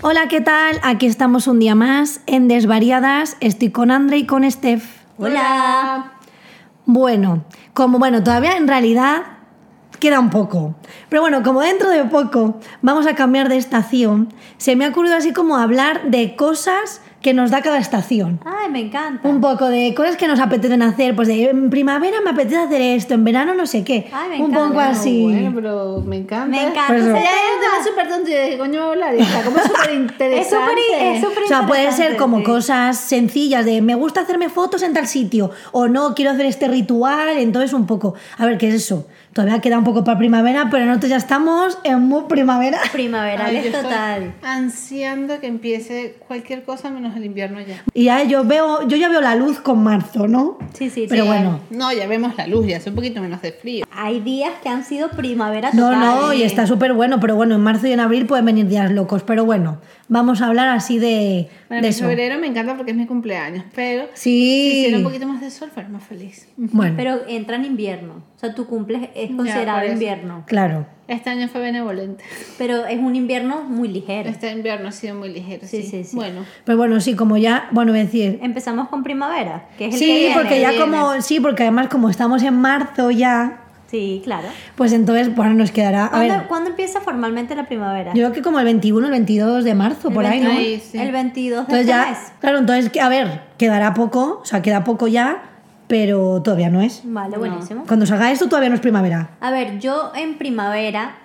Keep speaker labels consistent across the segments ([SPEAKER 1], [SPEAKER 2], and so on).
[SPEAKER 1] Hola, ¿qué tal? Aquí estamos un día más en Desvariadas. Estoy con Andre y con Steph.
[SPEAKER 2] Hola.
[SPEAKER 1] Bueno, como bueno, todavía en realidad queda un poco. Pero bueno, como dentro de poco vamos a cambiar de estación, se me ha ocurrido así como hablar de cosas que nos da cada estación.
[SPEAKER 2] Ay, me encanta.
[SPEAKER 1] Un poco de cosas que nos apetecen hacer, pues de en primavera me apetece hacer esto, en verano no sé qué.
[SPEAKER 2] Ay, me
[SPEAKER 1] un
[SPEAKER 2] encanta.
[SPEAKER 1] poco así.
[SPEAKER 3] Bueno, pero me encanta.
[SPEAKER 2] Me encanta.
[SPEAKER 1] Pues no.
[SPEAKER 2] ese
[SPEAKER 3] Ya es un
[SPEAKER 2] tema.
[SPEAKER 3] tema súper tonto. y Yo dije, coño, voy a hablar de esta. Como es súper interesante.
[SPEAKER 2] Es súper es súper
[SPEAKER 1] O sea, puede ser
[SPEAKER 2] interesante,
[SPEAKER 1] como
[SPEAKER 2] sí.
[SPEAKER 1] cosas sencillas de me gusta hacerme fotos en tal sitio o no, quiero hacer este ritual, entonces un poco, a ver, ¿qué es eso? Todavía queda un poco para primavera, pero nosotros ya estamos en muy primavera.
[SPEAKER 2] Primaveral
[SPEAKER 3] Ay, yo
[SPEAKER 2] es
[SPEAKER 3] estoy
[SPEAKER 2] total.
[SPEAKER 3] Ansiando que empiece cualquier cosa menos el invierno ya.
[SPEAKER 1] Y ya yo veo, yo ya veo la luz con marzo, ¿no?
[SPEAKER 2] Sí, sí, sí.
[SPEAKER 1] Pero bueno.
[SPEAKER 3] No, ya vemos la luz, ya hace un poquito menos de frío.
[SPEAKER 2] Hay días que han sido primavera
[SPEAKER 1] No,
[SPEAKER 2] total. eh,
[SPEAKER 1] no, y está súper bueno, pero bueno, en marzo y en abril pueden venir días locos, pero bueno, vamos a hablar así de,
[SPEAKER 3] Bueno,
[SPEAKER 1] de
[SPEAKER 3] en
[SPEAKER 1] eso.
[SPEAKER 3] febrero me encanta porque es mi cumpleaños, pero si
[SPEAKER 1] Sí.
[SPEAKER 3] hiciera un poquito más de sol, fuera más feliz.
[SPEAKER 1] Bueno,
[SPEAKER 2] Pero entra en invierno. O sea, tu cumple es considerado
[SPEAKER 3] por eso.
[SPEAKER 2] invierno.
[SPEAKER 1] claro.
[SPEAKER 3] Este año fue benevolente.
[SPEAKER 2] Pero es un invierno muy ligero.
[SPEAKER 3] Este invierno ha sido muy ligero.
[SPEAKER 2] Sí,
[SPEAKER 3] Sí,
[SPEAKER 2] sí, sí.
[SPEAKER 3] Bueno,
[SPEAKER 1] Pero bueno, sí, como ya, bueno, voy a decir,
[SPEAKER 2] Empezamos con primavera, que es el que
[SPEAKER 1] Sí,
[SPEAKER 2] viene.
[SPEAKER 1] porque ya
[SPEAKER 3] viene.
[SPEAKER 1] como, sí, porque además como estamos en marzo ya,
[SPEAKER 2] Sí, claro.
[SPEAKER 1] pues entonces bueno, nos quedará, a
[SPEAKER 2] ¿Cuándo,
[SPEAKER 1] ver,
[SPEAKER 2] cuándo empieza formalmente la primavera?
[SPEAKER 1] yo creo que como el 21, el 22 de marzo,
[SPEAKER 2] El
[SPEAKER 1] por ahí, ¿no?
[SPEAKER 2] 22
[SPEAKER 3] Ahí, sí.
[SPEAKER 2] El 22 de
[SPEAKER 1] Entonces
[SPEAKER 2] este
[SPEAKER 1] ya,
[SPEAKER 2] mes.
[SPEAKER 1] claro, entonces, que- a ver, quedará poco, o sea, queda poco ya, pero todavía no es.
[SPEAKER 2] Vale, buenísimo.
[SPEAKER 1] Cuando salga esto todavía no es primavera.
[SPEAKER 2] A ver, yo en primavera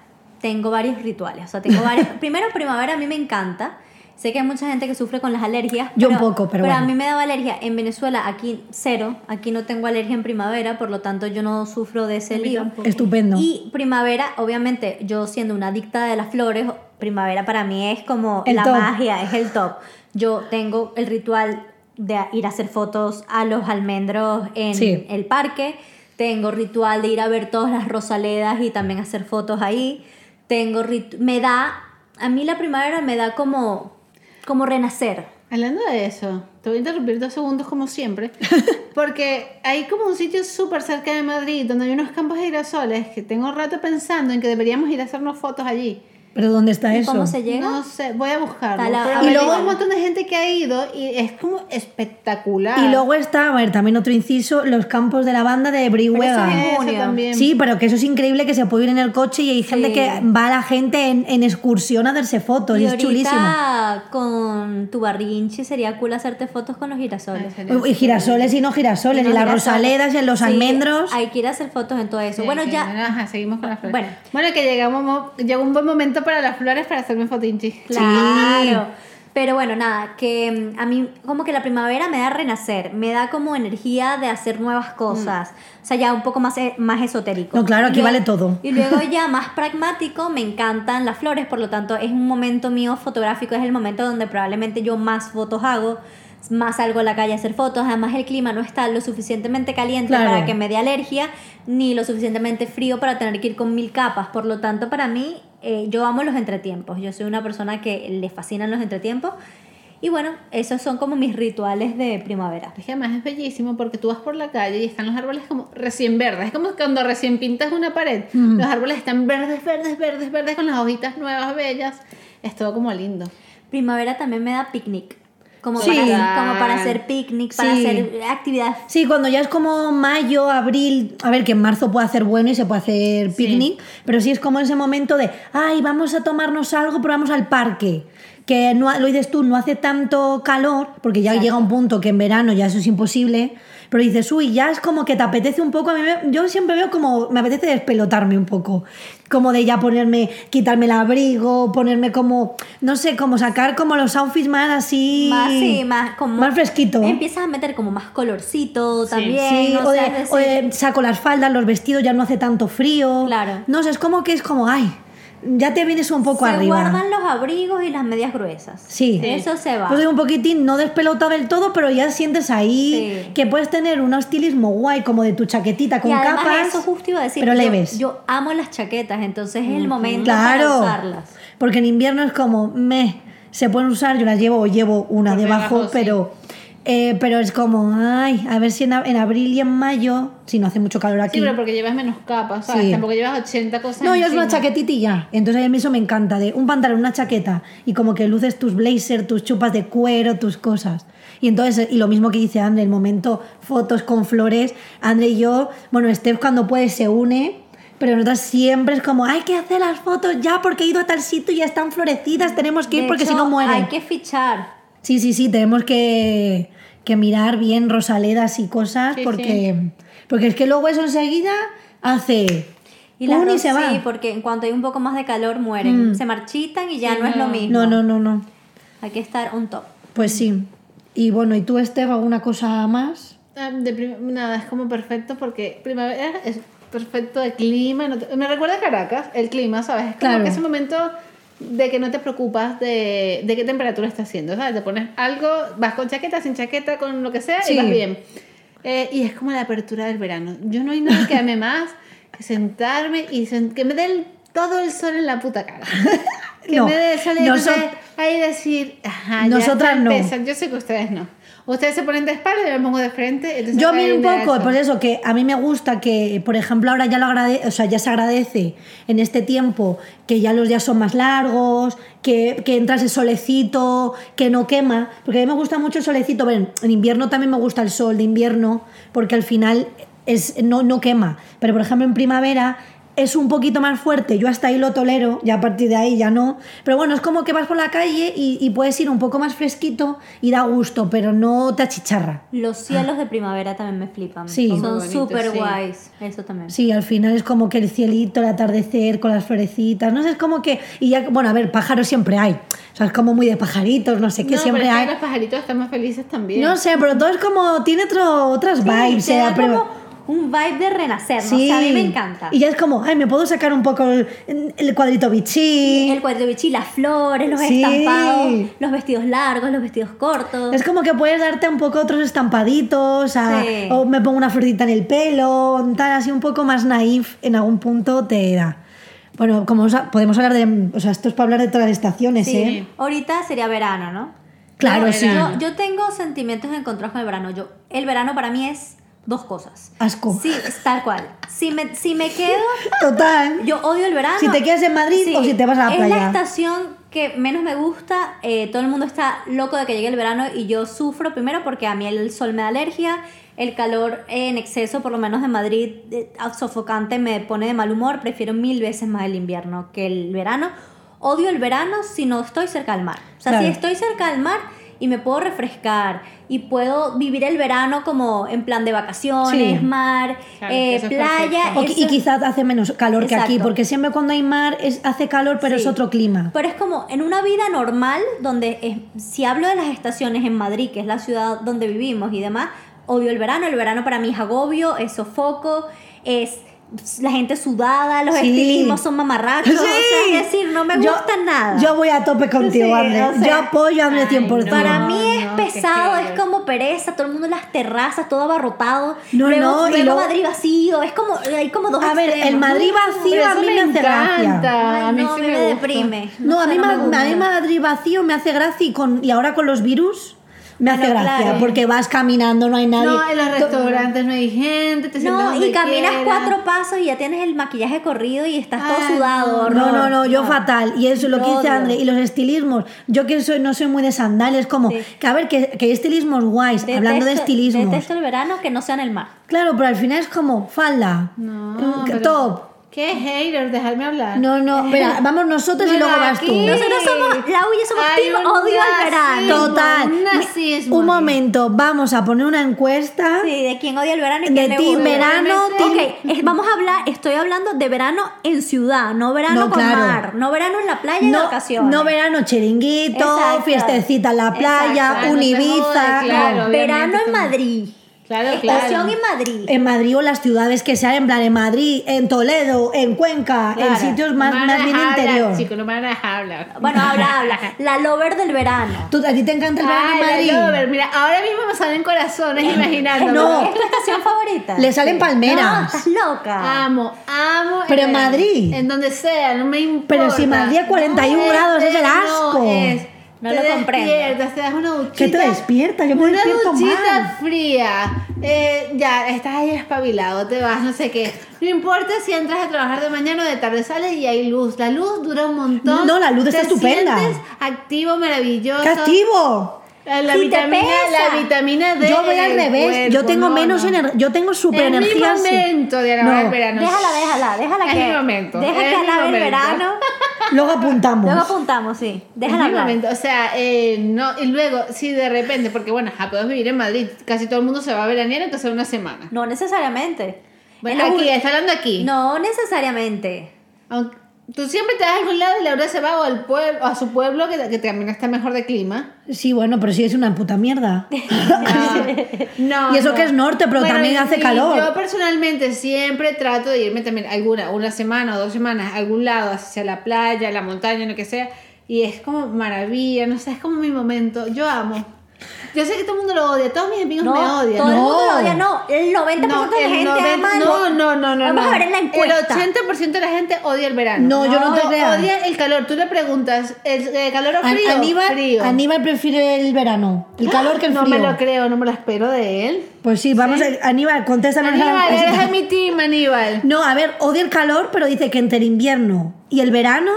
[SPEAKER 2] tengo varios rituales. O sea, tengo varios. primero, primavera a mí me encanta. Sé que hay mucha gente que sufre con las alergias.
[SPEAKER 1] Yo un poco, pero
[SPEAKER 2] a
[SPEAKER 1] bueno.
[SPEAKER 2] mí me daba alergia en Venezuela, aquí cero. Aquí no tengo alergia en primavera, por lo tanto yo no sufro de ese
[SPEAKER 3] A mí
[SPEAKER 2] lío.
[SPEAKER 3] tampoco.
[SPEAKER 1] Estupendo.
[SPEAKER 2] Y primavera, obviamente, yo siendo una adicta de las flores, primavera para mí es como
[SPEAKER 1] El
[SPEAKER 2] la
[SPEAKER 1] top.
[SPEAKER 2] magia, es el top. Yo tengo el ritual de ir a hacer fotos a los almendros en
[SPEAKER 1] Sí.
[SPEAKER 2] el parque. Tengo ritual de ir a ver todas las rosaledas y también hacer fotos ahí. Tengo rit- me da a mí la primavera me da como como renacer.
[SPEAKER 3] Hablando de eso, te voy a interrumpir dos segundos como siempre, porque hay como un sitio súper cerca de Madrid donde hay unos campos de girasoles que tengo rato pensando en que deberíamos ir a hacernos fotos allí.
[SPEAKER 1] Pero ¿dónde está
[SPEAKER 2] ¿Y
[SPEAKER 1] eso?
[SPEAKER 2] cómo se llega?
[SPEAKER 3] No sé, voy a buscarlo.
[SPEAKER 2] Está la-
[SPEAKER 3] pero
[SPEAKER 2] a
[SPEAKER 3] y
[SPEAKER 2] ver,
[SPEAKER 3] luego
[SPEAKER 2] dígame.
[SPEAKER 3] hay un montón de gente que ha ido y es como espectacular.
[SPEAKER 1] Y luego está, a ver, también otro inciso, los campos de la banda de Brihuega.
[SPEAKER 2] en
[SPEAKER 3] Eso
[SPEAKER 2] junio.
[SPEAKER 3] también.
[SPEAKER 1] Sí, pero que eso es increíble que se puede ir en el coche y hay gente
[SPEAKER 2] Sí.
[SPEAKER 1] que va a la gente en, en excursión a hacerse fotos y,
[SPEAKER 2] y
[SPEAKER 1] es chulísimo.
[SPEAKER 2] ahorita con tu barrinchi sería cool hacerte fotos con los girasoles.
[SPEAKER 3] Ay, sería
[SPEAKER 1] Uy, Y girasoles y no girasoles,
[SPEAKER 2] No,
[SPEAKER 1] en las
[SPEAKER 2] mira,
[SPEAKER 1] rosaledas, y en los
[SPEAKER 2] sí,
[SPEAKER 1] almendros.
[SPEAKER 2] Hay que ir a hacer fotos en todo eso.
[SPEAKER 3] Sí,
[SPEAKER 2] bueno,
[SPEAKER 3] sí,
[SPEAKER 2] ya.
[SPEAKER 3] bueno, ajá, seguimos con las flores.
[SPEAKER 2] Bueno.
[SPEAKER 3] Bueno, que llegamos, mo- llegó un buen momento para las flores para hacerme fotinchi.
[SPEAKER 2] Claro. Pero bueno, nada, que mm, a mí como que la primavera me da renacer, me da como energía de hacer nuevas cosas, o sea, ya un poco más, eh, más esotérico.
[SPEAKER 1] Mm. No, claro, aquí
[SPEAKER 2] Y luego-
[SPEAKER 1] vale todo.
[SPEAKER 2] Y luego ya más pragmático, me encantan las flores, por lo tanto es un momento mío fotográfico, es el momento donde probablemente yo más fotos hago, más salgo a la calle a hacer fotos, además el clima no está lo suficientemente caliente
[SPEAKER 1] Claro.
[SPEAKER 2] para que me dé alergia, ni lo suficientemente frío para tener que ir con mil capas, por lo tanto para mí eh, yo amo los entretiempos, yo soy una persona que le fascinan los entretiempos y bueno, esos son como mis rituales de primavera.
[SPEAKER 3] Es que además es bellísimo porque tú vas por la calle y están los árboles como recién verdes. Es como cuando recién pintas una pared.
[SPEAKER 1] Mm.
[SPEAKER 3] Los árboles están verdes, verdes, verdes, verdes con las hojitas nuevas, bellas. Es todo como lindo.
[SPEAKER 2] Primavera también me da picnic. Como,
[SPEAKER 1] Sí.
[SPEAKER 2] para, como para hacer picnic, para
[SPEAKER 1] Sí.
[SPEAKER 2] hacer actividades
[SPEAKER 1] Sí, cuando ya es como mayo, abril, a ver, que en marzo puede hacer bueno y se puede hacer picnic, pero sí es como ese momento de, ay, vamos a tomarnos algo, pero vamos al parque. Que no, ha- lo dices tú, no hace tanto calor, porque ya llega un punto que en verano ya eso es imposible, pero dices, uy, ya es como que te apetece un poco, a mí me- yo siempre veo como, me apetece despelotarme un poco, como de ya ponerme, quitarme el abrigo, ponerme como, no sé, como sacar como los outfits más así...
[SPEAKER 2] Más, sí, más como.
[SPEAKER 1] Mm. Más fresquito.
[SPEAKER 2] Empiezas a meter como más colorcito también.
[SPEAKER 1] Sí,
[SPEAKER 2] o,
[SPEAKER 1] o,
[SPEAKER 2] sea,
[SPEAKER 1] de,
[SPEAKER 2] es decir,
[SPEAKER 1] o de saco las faldas, los vestidos, ya no hace tanto frío.
[SPEAKER 2] Claro.
[SPEAKER 1] No sé, es como que es como, ay, ya te vienes un poco
[SPEAKER 2] se
[SPEAKER 1] arriba.
[SPEAKER 2] guardan los abrigos y las medias gruesas.
[SPEAKER 1] Sí.
[SPEAKER 2] Eso se va.
[SPEAKER 1] Pues de un poquitín, no despelota del todo, pero ya sientes ahí
[SPEAKER 2] Sí.
[SPEAKER 1] que puedes tener un estilismo guay, como de tu chaquetita con
[SPEAKER 2] y además
[SPEAKER 1] capas.
[SPEAKER 2] eso justo iba a decir.
[SPEAKER 1] Pero
[SPEAKER 2] yo,
[SPEAKER 1] leves.
[SPEAKER 2] Yo amo las chaquetas, entonces es el momento para
[SPEAKER 1] claro.
[SPEAKER 2] usarlas.
[SPEAKER 1] Porque en invierno es como, me, se pueden usar, yo las llevo o llevo una
[SPEAKER 3] Por
[SPEAKER 1] debajo,
[SPEAKER 3] debajo, sí.
[SPEAKER 1] pero Eh, pero es como, ay, a ver si en, ab- en abril y en mayo, si no hace mucho calor aquí.
[SPEAKER 3] Sí, pero porque llevas menos capas, ¿sabes?
[SPEAKER 1] Sí.
[SPEAKER 3] Tampoco llevas 80 cosas.
[SPEAKER 1] No, yo es una
[SPEAKER 3] encima.
[SPEAKER 1] chaquetita y ya. Entonces a mí eso me encanta, de un pantalón, una chaqueta y como que luces tus blazer, tus chupas de cuero, tus cosas. Y entonces, y lo mismo que dice André, el momento fotos con flores, André y yo, bueno, Steph cuando puede se une, pero nosotras siempre es como, hay que hacer las fotos ya porque he ido a tal sitio y ya están florecidas, tenemos que ir
[SPEAKER 2] De
[SPEAKER 1] porque si
[SPEAKER 2] hecho,
[SPEAKER 1] no mueren.
[SPEAKER 2] Hay que fichar.
[SPEAKER 1] Sí, sí, sí, tenemos que, que mirar bien rosaledas y cosas
[SPEAKER 3] Sí,
[SPEAKER 1] porque, porque es que luego eso enseguida hace...
[SPEAKER 2] Y las
[SPEAKER 1] un
[SPEAKER 2] ro-
[SPEAKER 1] se va.
[SPEAKER 2] Sí, porque en cuanto hay un poco más de calor mueren. Se marchitan y ya no, es lo mismo.
[SPEAKER 1] No, no, no, no.
[SPEAKER 2] Hay que estar on top.
[SPEAKER 1] Pues sí. Y bueno, ¿y tú, Estef, alguna cosa más?
[SPEAKER 3] Ah, de prim- nada, es como perfecto porque primavera es perfecto de clima. no te- me recuerda a Caracas, el clima, ¿sabes? Es como
[SPEAKER 1] Claro.
[SPEAKER 3] que ese momento de que no te preocupas de, de qué temperatura está haciendo, ¿sabes? Te pones algo, vas con chaqueta, sin chaqueta, con lo que sea
[SPEAKER 1] Sí.
[SPEAKER 3] y vas bien. Eh, y es como la apertura del verano. Yo no hay nada que ame más que sentarme y sen- que me dé el- todo el sol en la puta cara. que
[SPEAKER 1] No,
[SPEAKER 3] me dé el sol y
[SPEAKER 1] noso-
[SPEAKER 3] entonces ahí decir, ajá, ya
[SPEAKER 1] Nosotras no.
[SPEAKER 3] empieza yo sé que ustedes no. Ustedes se ponen de espalda y yo me pongo de frente. entonces
[SPEAKER 1] Yo a
[SPEAKER 3] acá
[SPEAKER 1] mí
[SPEAKER 3] hay
[SPEAKER 1] un
[SPEAKER 3] una
[SPEAKER 1] poco,
[SPEAKER 3] eso.
[SPEAKER 1] por eso que a mí me gusta que, por ejemplo, ahora ya lo agrade, o sea, ya se agradece en este tiempo que ya los días son más largos, que, que entra ese solecito, que no quema, porque a mí me gusta mucho el solecito. Ven, en invierno también me gusta el sol de invierno, porque al final es, no, no quema. Pero por ejemplo, en primavera es un poquito más fuerte, yo hasta ahí lo tolero, ya a partir de ahí ya no. Pero bueno, es como que vas por la calle y, y puedes ir un poco más fresquito y da gusto, pero no te achicharra.
[SPEAKER 2] Los cielos de primavera también me flipan.
[SPEAKER 1] Sí. Muy
[SPEAKER 2] Son
[SPEAKER 3] bonito,
[SPEAKER 2] súper
[SPEAKER 3] sí.
[SPEAKER 2] guays. Eso también.
[SPEAKER 1] Sí, al final es como que el cielito, el atardecer con las florecitas, no sé, es como que... Y ya, bueno, a ver, pájaros siempre hay. O sea, es como muy de pajaritos, no sé,
[SPEAKER 3] No,
[SPEAKER 1] qué
[SPEAKER 3] pero
[SPEAKER 1] siempre
[SPEAKER 3] es que
[SPEAKER 1] hay.
[SPEAKER 3] Los pajaritos están más felices también.
[SPEAKER 1] No sé, pero todo es como... Tiene otro- otras vibes.
[SPEAKER 2] te
[SPEAKER 1] eh,
[SPEAKER 2] da
[SPEAKER 1] pero-
[SPEAKER 2] como un vibe de renacer. ¿no? O sea, a mí me encanta.
[SPEAKER 1] Y ya es como, ay, me puedo sacar un poco el, el cuadrito bichí.
[SPEAKER 2] El cuadro de bichí, las flores, los
[SPEAKER 1] Sí.
[SPEAKER 2] estampados, los vestidos largos, los vestidos cortos.
[SPEAKER 1] Es como que puedes darte un poco otros estampaditos, a-
[SPEAKER 2] Sí.
[SPEAKER 1] o me pongo una florita en el pelo, tal, así un poco más naif en algún punto te da. Bueno, como os- podemos hablar de. O sea, esto es para hablar de todas las estaciones, ¿eh?
[SPEAKER 2] Ahorita sería verano, ¿no?
[SPEAKER 1] Claro,
[SPEAKER 3] No,
[SPEAKER 1] sí.
[SPEAKER 3] era-
[SPEAKER 2] Yo, yo tengo sentimientos encontrados con el verano. Yo, el verano para mí es dos cosas.
[SPEAKER 1] Asco.
[SPEAKER 2] Sí, es tal cual. Si me, si me quedo,
[SPEAKER 1] Total.
[SPEAKER 2] yo odio el verano.
[SPEAKER 1] Si te quedas en Madrid o si te vas a la
[SPEAKER 2] es
[SPEAKER 1] playa.
[SPEAKER 2] la estación que menos me gusta. eh, todo el mundo está loco de que llegue el verano y yo sufro primero porque a mí el sol me da alergia. El calor en exceso, por lo menos de Madrid, eh, sofocante, me pone de mal humor. Prefiero mil veces más el invierno que el verano. Odio el verano si no estoy cerca del mar. O sea,
[SPEAKER 1] Claro.
[SPEAKER 2] si estoy cerca del mar y me puedo refrescar y puedo vivir el verano como en plan de vacaciones,
[SPEAKER 1] Sí.
[SPEAKER 2] mar,
[SPEAKER 3] Claro,
[SPEAKER 2] eh,
[SPEAKER 3] eso es
[SPEAKER 2] playa.
[SPEAKER 3] perfecto.
[SPEAKER 1] O qui- y
[SPEAKER 2] eso-
[SPEAKER 1] quizás hace menos calor que aquí,
[SPEAKER 2] Exacto.
[SPEAKER 1] porque siempre cuando hay mar es, hace calor, pero es
[SPEAKER 2] Sí.
[SPEAKER 1] otro clima.
[SPEAKER 2] Pero es como en una vida normal, donde es- si hablo de las estaciones en Madrid, que es la ciudad donde vivimos y demás, odio el verano. El verano para mí es agobio, es sofoco, es la gente sudada, los
[SPEAKER 1] Sí.
[SPEAKER 2] estilismos son mamarrachos. Pues, O sea, es decir, no me
[SPEAKER 1] Yo-
[SPEAKER 2] gusta nada.
[SPEAKER 1] Yo voy a tope contigo,
[SPEAKER 2] Sí,
[SPEAKER 1] André.
[SPEAKER 2] o sea,
[SPEAKER 1] yo apoyo a André
[SPEAKER 3] ay,
[SPEAKER 1] 100%.
[SPEAKER 2] para
[SPEAKER 3] No,
[SPEAKER 2] mí es
[SPEAKER 3] no, qué
[SPEAKER 2] pesado, es
[SPEAKER 3] heavy.
[SPEAKER 2] como pereza, todo el mundo en las terrazas, todo abarrotado.
[SPEAKER 1] No,
[SPEAKER 2] luego,
[SPEAKER 1] no, y
[SPEAKER 2] luego
[SPEAKER 1] luego-
[SPEAKER 2] Madrid vacío, es como, hay como dos
[SPEAKER 1] A ver, el
[SPEAKER 2] extremos.
[SPEAKER 1] Madrid vacío
[SPEAKER 3] Pero
[SPEAKER 1] a
[SPEAKER 3] eso
[SPEAKER 1] mí
[SPEAKER 3] me
[SPEAKER 1] me hace gracia.
[SPEAKER 3] encanta.
[SPEAKER 2] Ay,
[SPEAKER 3] Ah, a mí
[SPEAKER 2] no,
[SPEAKER 3] sí
[SPEAKER 2] a mí
[SPEAKER 3] me,
[SPEAKER 2] me
[SPEAKER 3] gusta.
[SPEAKER 2] deprime.
[SPEAKER 1] No, a
[SPEAKER 2] O sea,
[SPEAKER 1] mí,
[SPEAKER 2] no
[SPEAKER 1] ma-
[SPEAKER 2] me gusta.
[SPEAKER 1] a mí Madrid vacío me hace gracia y, con, y ahora con los virus me hace
[SPEAKER 2] Bueno,
[SPEAKER 1] gracia
[SPEAKER 2] claro.
[SPEAKER 1] porque vas caminando, no hay nadie.
[SPEAKER 3] No, en los restaurantes no hay gente, te sientas
[SPEAKER 2] No,
[SPEAKER 3] donde
[SPEAKER 2] y caminas
[SPEAKER 3] quieras.
[SPEAKER 2] cuatro pasos y ya tienes el maquillaje corrido y estás todo
[SPEAKER 3] Ah,
[SPEAKER 2] sudado. horror.
[SPEAKER 1] No, no, no, yo fatal. Y eso es lo que
[SPEAKER 2] Lo
[SPEAKER 1] dice
[SPEAKER 2] odio.
[SPEAKER 1] André. Y los estilismos. Yo que soy, no soy muy de sandales, como
[SPEAKER 2] Sí.
[SPEAKER 1] que a ver, que, que hay estilismos guays, hablando de
[SPEAKER 2] Detesto-
[SPEAKER 1] estilismos.
[SPEAKER 2] Detesto el verano que no sea en el mar.
[SPEAKER 1] Claro, pero al final es como falda,
[SPEAKER 3] No,
[SPEAKER 1] mm,
[SPEAKER 3] pero-
[SPEAKER 1] top.
[SPEAKER 3] ¿Qué haters? Dejarme hablar.
[SPEAKER 1] No, no, espera, vamos nosotros y
[SPEAKER 3] No,
[SPEAKER 1] luego vas
[SPEAKER 3] aquí-
[SPEAKER 1] tú.
[SPEAKER 3] No sé,
[SPEAKER 2] Nosotros somos, la huye somos
[SPEAKER 3] Hay
[SPEAKER 2] team
[SPEAKER 3] un
[SPEAKER 2] odio al
[SPEAKER 3] nazismo.
[SPEAKER 2] verano.
[SPEAKER 1] Total.
[SPEAKER 3] un nazismo
[SPEAKER 1] Un
[SPEAKER 3] aquí.
[SPEAKER 1] momento, vamos a poner una encuesta.
[SPEAKER 2] Sí, de quién odia el verano y
[SPEAKER 1] De
[SPEAKER 2] quién le
[SPEAKER 1] team
[SPEAKER 2] gusta.
[SPEAKER 1] verano,
[SPEAKER 2] Ok, es- vamos a hablar, estoy hablando de verano en ciudad, no verano
[SPEAKER 1] No,
[SPEAKER 2] con
[SPEAKER 1] claro.
[SPEAKER 2] mar, no verano en la playa y de
[SPEAKER 1] No,
[SPEAKER 2] vacaciones.
[SPEAKER 1] no verano chiringuito,
[SPEAKER 2] Exacto.
[SPEAKER 1] fiestecita en la playa,
[SPEAKER 3] Exacto, no
[SPEAKER 1] un
[SPEAKER 3] te
[SPEAKER 1] Ibiza.
[SPEAKER 3] jodes,
[SPEAKER 1] no.
[SPEAKER 3] claro. obviamente,
[SPEAKER 2] verano en
[SPEAKER 3] como-
[SPEAKER 2] Madrid.
[SPEAKER 3] Claro,
[SPEAKER 2] Estación
[SPEAKER 3] claro.
[SPEAKER 2] en Madrid.
[SPEAKER 1] En Madrid o las ciudades que sean, en plan en Madrid, en Toledo, en Cuenca, en
[SPEAKER 2] Claro.
[SPEAKER 1] sitios más,
[SPEAKER 3] No me van
[SPEAKER 1] más
[SPEAKER 3] a
[SPEAKER 1] bien
[SPEAKER 3] dejar hablar,
[SPEAKER 1] interior.
[SPEAKER 3] Chico, no me van a dejar hablar.
[SPEAKER 2] Bueno, habla, habla. La lover del verano.
[SPEAKER 1] ¿Tú, ¿A ti te encanta el verano
[SPEAKER 3] Ay,
[SPEAKER 1] en
[SPEAKER 3] la
[SPEAKER 1] Madrid?
[SPEAKER 3] Lover, mira, ahora mismo me salen corazones imaginando.
[SPEAKER 1] No.
[SPEAKER 2] ¿Es tu estación favorita?
[SPEAKER 1] Le salen
[SPEAKER 2] No,
[SPEAKER 1] palmeras.
[SPEAKER 2] estás loca.
[SPEAKER 3] Amo, amo. el
[SPEAKER 1] Pero en
[SPEAKER 3] verano.
[SPEAKER 1] Madrid.
[SPEAKER 3] En donde sea, no me importa.
[SPEAKER 1] Pero si Madrid a 41
[SPEAKER 3] No,
[SPEAKER 1] grados, es el
[SPEAKER 3] no,
[SPEAKER 1] asco.
[SPEAKER 3] es
[SPEAKER 2] No
[SPEAKER 3] te
[SPEAKER 2] lo comprendo.
[SPEAKER 3] despiertas, te das una duchita.
[SPEAKER 1] Que te despiertas, yo me
[SPEAKER 3] Una
[SPEAKER 1] despierto
[SPEAKER 3] duchita
[SPEAKER 1] mal.
[SPEAKER 3] fría. Eh, ya, estás ahí espabilado, te vas, no sé qué. No importa si entras a trabajar de mañana o de tarde, sales y hay luz. La luz dura un montón.
[SPEAKER 1] No, la luz
[SPEAKER 3] Te
[SPEAKER 1] está estupenda.
[SPEAKER 3] sientes activo, maravilloso.
[SPEAKER 1] ¡Qué activo!
[SPEAKER 3] Eh, La
[SPEAKER 2] Y te
[SPEAKER 3] vitamina,
[SPEAKER 2] pesa.
[SPEAKER 3] la vitamina D.
[SPEAKER 1] Yo voy al
[SPEAKER 3] del
[SPEAKER 1] revés, yo
[SPEAKER 3] cuerpo,
[SPEAKER 1] tengo
[SPEAKER 3] no,
[SPEAKER 1] menos
[SPEAKER 3] no.
[SPEAKER 1] energía, yo tengo super
[SPEAKER 3] Es mi
[SPEAKER 1] energía. sí.
[SPEAKER 3] momento de alabar
[SPEAKER 1] No.
[SPEAKER 3] el verano.
[SPEAKER 2] Déjala, déjala, déjala
[SPEAKER 3] Es
[SPEAKER 2] que.
[SPEAKER 3] mi momento,
[SPEAKER 2] Deja
[SPEAKER 3] es
[SPEAKER 2] que
[SPEAKER 3] mi
[SPEAKER 2] alabe el
[SPEAKER 3] momento.
[SPEAKER 2] verano.
[SPEAKER 1] Luego apuntamos.
[SPEAKER 2] Luego apuntamos, sí. Déjala
[SPEAKER 3] Es mi
[SPEAKER 2] hablar.
[SPEAKER 3] momento, O sea, eh, no, y luego, si de repente, porque bueno, ajá, podemos vivir en Madrid, casi todo el mundo se va a veranear entonces una semana.
[SPEAKER 2] No necesariamente.
[SPEAKER 3] Bueno,
[SPEAKER 2] En los
[SPEAKER 3] aquí,
[SPEAKER 2] ul-
[SPEAKER 3] está hablando aquí.
[SPEAKER 2] No necesariamente.
[SPEAKER 3] Aunque- tú siempre te vas a algún lado y Laura se va o al pueblo, a su pueblo, que, que también está mejor de clima.
[SPEAKER 1] Sí, bueno, pero sí es una puta mierda.
[SPEAKER 3] No,
[SPEAKER 1] Y eso
[SPEAKER 3] no.
[SPEAKER 1] que es norte, pero también
[SPEAKER 3] y-
[SPEAKER 1] hace
[SPEAKER 3] y
[SPEAKER 1] calor.
[SPEAKER 3] Yo personalmente siempre trato de irme también alguna, una semana o dos semanas a algún lado, hacia la playa, la montaña, lo que sea. Y es como maravilla, no sé, es como mi momento. Yo amo. Yo sé que todo el mundo lo odia, todos mis amigos
[SPEAKER 2] No,
[SPEAKER 3] me odian.
[SPEAKER 2] todo el
[SPEAKER 1] No.
[SPEAKER 2] mundo lo odia. No, el 90% de la gente
[SPEAKER 3] noven-
[SPEAKER 2] ama el-
[SPEAKER 3] no, no, no, no.
[SPEAKER 2] Vamos
[SPEAKER 3] no.
[SPEAKER 2] a ver en la encuesta.
[SPEAKER 3] El 80% de la gente odia el verano.
[SPEAKER 1] No, yo no te creo.
[SPEAKER 3] Odia el calor. Tú le preguntas, ¿el, eh, calor o
[SPEAKER 1] An-
[SPEAKER 3] frío?
[SPEAKER 1] Aníbal,
[SPEAKER 3] Frío.
[SPEAKER 1] Aníbal prefiere el verano, el calor que el
[SPEAKER 3] no
[SPEAKER 1] frío.
[SPEAKER 3] me lo creo, no me lo espero de él.
[SPEAKER 1] Pues sí, vamos a. Aníbal, contéstanos a la
[SPEAKER 3] Aníbal, eres
[SPEAKER 1] encuesta.
[SPEAKER 3] de mi team, Aníbal.
[SPEAKER 1] No, a ver, odia el calor, pero dice que entre el invierno y el verano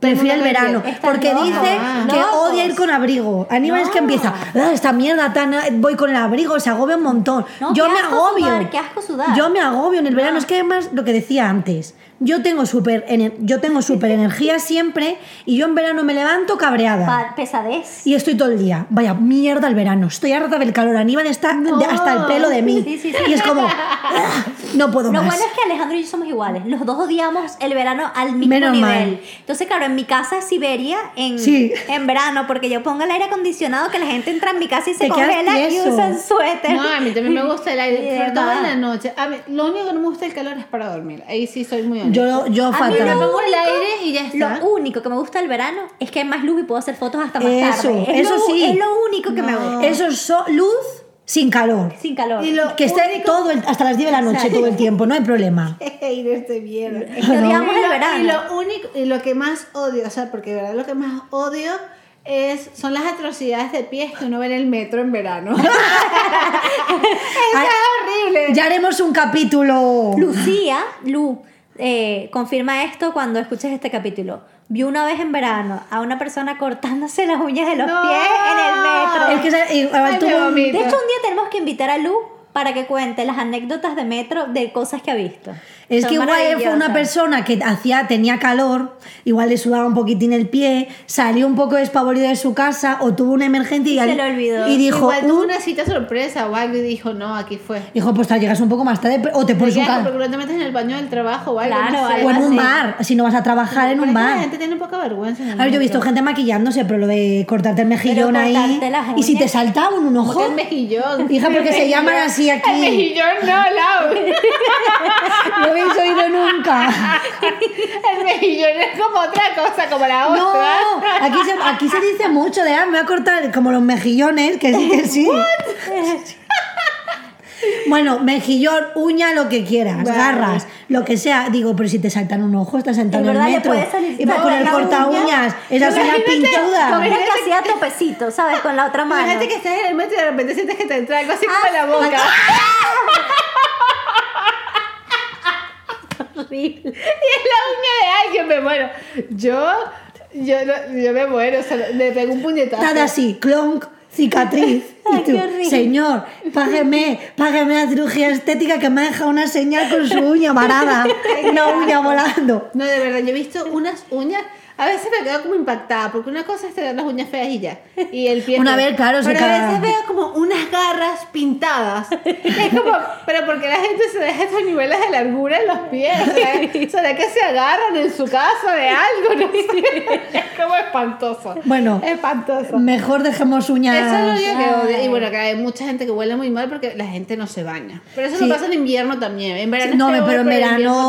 [SPEAKER 1] prefiere el
[SPEAKER 3] mundo prefiere.
[SPEAKER 1] verano.
[SPEAKER 2] Están
[SPEAKER 1] Porque
[SPEAKER 2] locos.
[SPEAKER 1] dice
[SPEAKER 2] Ah.
[SPEAKER 1] que
[SPEAKER 2] Locos.
[SPEAKER 1] odia ir con abrigo. Aníbal es que
[SPEAKER 2] No.
[SPEAKER 1] empieza, "Ah, esta mierda tan. Voy con el abrigo, se agobia un montón.
[SPEAKER 2] No,
[SPEAKER 1] yo
[SPEAKER 2] qué
[SPEAKER 1] me
[SPEAKER 2] asco
[SPEAKER 1] agobio.
[SPEAKER 2] sudar, qué asco sudar.
[SPEAKER 1] Yo me agobio en el verano. Es que además, lo que decía antes, yo tengo súper ener- yo tengo super energía siempre y yo en verano me levanto cabreada.
[SPEAKER 2] Pa- pesadez.
[SPEAKER 1] Y estoy todo el día, vaya mierda el verano, estoy harta del calor, Aníbal está
[SPEAKER 3] No.
[SPEAKER 1] de- hasta el pelo de mí.
[SPEAKER 2] Oh, Sí, sí, sí.
[SPEAKER 1] Y es como, "Ah, no puedo
[SPEAKER 2] Lo
[SPEAKER 1] más.
[SPEAKER 2] bueno es que Alejandro y yo somos iguales. Los dos odiamos el verano al mismo
[SPEAKER 1] Menos
[SPEAKER 2] nivel.
[SPEAKER 1] mal.
[SPEAKER 2] Entonces, claro, en mi casa es Siberia en,
[SPEAKER 1] Sí.
[SPEAKER 2] en verano, porque yo pongo el aire acondicionado que la gente entra en mi casa y se
[SPEAKER 1] Te quedas
[SPEAKER 2] congela y
[SPEAKER 1] tieso.
[SPEAKER 2] usan suéter.
[SPEAKER 3] No, a mí también me gusta el
[SPEAKER 2] Y
[SPEAKER 3] aire, sobre todo
[SPEAKER 2] demás.
[SPEAKER 3] en la noche. A mí, lo único que no me gusta el calor es para dormir. Ahí sí soy muy honesta.
[SPEAKER 1] yo, yo
[SPEAKER 2] A mí
[SPEAKER 1] fatal.
[SPEAKER 2] lo
[SPEAKER 3] Pongo el
[SPEAKER 2] único-
[SPEAKER 3] aire y ya está.
[SPEAKER 2] Lo único que me gusta del verano es que hay más luz y puedo hacer fotos hasta más
[SPEAKER 1] Eso,
[SPEAKER 2] tarde. Es
[SPEAKER 1] eso
[SPEAKER 2] lo,
[SPEAKER 1] sí.
[SPEAKER 2] Es lo único que me gusta.
[SPEAKER 1] Eso es so- luz sin calor.
[SPEAKER 2] Sin calor.
[SPEAKER 3] Y lo
[SPEAKER 1] Que esté
[SPEAKER 3] único-
[SPEAKER 1] todo el- hasta las 10 de la noche
[SPEAKER 2] Exacto.
[SPEAKER 1] todo el tiempo, no hay problema.
[SPEAKER 3] Ey, de este mierda.
[SPEAKER 2] Es que odiamos el
[SPEAKER 3] Y lo- Y
[SPEAKER 2] verano.
[SPEAKER 3] lo único, y lo que más odio, o sea, porque de verdad lo que más odio es, son las atrocidades de pies que uno ve en el metro en verano. Eso
[SPEAKER 1] Ay,
[SPEAKER 3] es horrible.
[SPEAKER 1] Ya haremos un capítulo.
[SPEAKER 2] Lucía, Lu, eh, confirma esto cuando escuches este capítulo. Vio una vez en verano a una persona cortándose las uñas de los
[SPEAKER 3] No.
[SPEAKER 2] pies en el metro.
[SPEAKER 1] Es que se- igual
[SPEAKER 3] Ay, me
[SPEAKER 1] tuvo un-
[SPEAKER 3] vomito.
[SPEAKER 2] De hecho, un día tenemos que invitar a Lu para que cuente las anécdotas de metro de cosas que ha visto.
[SPEAKER 1] Es
[SPEAKER 2] Son
[SPEAKER 1] que igual fue una
[SPEAKER 2] maravillosas.
[SPEAKER 1] persona que hacía, tenía calor, igual le sudaba un poquitín el pie, salió un poco despavorido de su casa o tuvo una emergencia y,
[SPEAKER 2] se
[SPEAKER 1] al-
[SPEAKER 2] le olvidó.
[SPEAKER 1] y dijo,
[SPEAKER 3] Igual tuvo
[SPEAKER 1] "Uh,
[SPEAKER 3] una cita sorpresa o algo y dijo, no, aquí fue.
[SPEAKER 1] dijo, pues tal, llegas un poco más tarde pero- o te
[SPEAKER 3] Por
[SPEAKER 1] pones un
[SPEAKER 3] porque
[SPEAKER 1] cal-
[SPEAKER 3] no te metes en el baño del trabajo o algo.
[SPEAKER 2] Claro,
[SPEAKER 3] no sé.
[SPEAKER 1] o en
[SPEAKER 2] algo
[SPEAKER 1] un
[SPEAKER 2] así.
[SPEAKER 1] bar, si no vas a trabajar en
[SPEAKER 3] Pero
[SPEAKER 1] un
[SPEAKER 3] es que La
[SPEAKER 1] bar.
[SPEAKER 3] gente tiene poca vergüenza. en el
[SPEAKER 1] A ver, yo he visto
[SPEAKER 3] metro.
[SPEAKER 1] gente maquillándose, pero lo de cortarte el mejillón ahí.
[SPEAKER 2] cortarte las
[SPEAKER 1] Y si te
[SPEAKER 2] uñas.
[SPEAKER 1] saltaba un ojo.
[SPEAKER 3] Porque el mejillón.
[SPEAKER 1] Hija, porque
[SPEAKER 3] El
[SPEAKER 1] se llaman
[SPEAKER 3] mejillón.
[SPEAKER 1] así aquí.
[SPEAKER 3] El mejillón no, Lau.
[SPEAKER 1] No habéis oído nunca.
[SPEAKER 3] El mejillón es como otra cosa, como la otra.
[SPEAKER 1] No, aquí se, aquí se dice mucho de, ah, me voy a cortar como los mejillones, que sí, que sí. Bueno, mejillón, uña, lo que quieras,
[SPEAKER 3] Vale.
[SPEAKER 1] garras, lo que sea. Digo, pero si te saltan un ojo, estás sentado
[SPEAKER 2] En
[SPEAKER 1] en el
[SPEAKER 2] verdad, le
[SPEAKER 1] metro.
[SPEAKER 2] puede salir
[SPEAKER 1] Y vas
[SPEAKER 2] toda
[SPEAKER 1] con el
[SPEAKER 2] la
[SPEAKER 1] corta
[SPEAKER 2] uña.
[SPEAKER 1] uñas, esas uñas
[SPEAKER 3] Imagínate,
[SPEAKER 2] Con
[SPEAKER 1] pinchudas.
[SPEAKER 2] una que hacía topecito, ¿sabes? Con la otra mano.
[SPEAKER 3] Imagínate que estás en el metro y de repente sientes que te entra algo así como en
[SPEAKER 1] Ah,
[SPEAKER 3] la boca.
[SPEAKER 2] Horrible.
[SPEAKER 3] Y es la uña de alguien, me muero. Yo, yo, no- yo me muero, o sea, le pego un puñetazo.
[SPEAKER 1] Nada así, clonk, cicatriz.
[SPEAKER 2] Ay,
[SPEAKER 1] Y tú,
[SPEAKER 2] qué horrible.
[SPEAKER 1] señor, págame, págame la cirugía estética que me ha dejado una señal con su uña varada, una uña volando.
[SPEAKER 3] No, de verdad, yo he visto unas uñas. A veces me quedo como impactada, porque una cosa es tener las uñas feas y ya. Y el pie.
[SPEAKER 1] Una
[SPEAKER 3] feo.
[SPEAKER 1] vez, claro, se
[SPEAKER 3] Pero
[SPEAKER 1] cada-
[SPEAKER 3] a veces veo como unas garras pintadas. Es como, pero porque la gente se deja estos niveles de largura en los pies. ¿Será, será que se agarran en su casa de algo? No sé. Es como espantoso.
[SPEAKER 1] Bueno,
[SPEAKER 3] espantoso.
[SPEAKER 1] Mejor dejemos uñas.
[SPEAKER 3] Eso es lo único que
[SPEAKER 2] Ay.
[SPEAKER 3] odio. Y bueno, que hay mucha gente que huele muy mal porque la gente no se baña. Pero eso
[SPEAKER 1] Sí.
[SPEAKER 3] no pasa en invierno también. En verano es
[SPEAKER 1] No,
[SPEAKER 3] peor,
[SPEAKER 1] pero en
[SPEAKER 3] invierno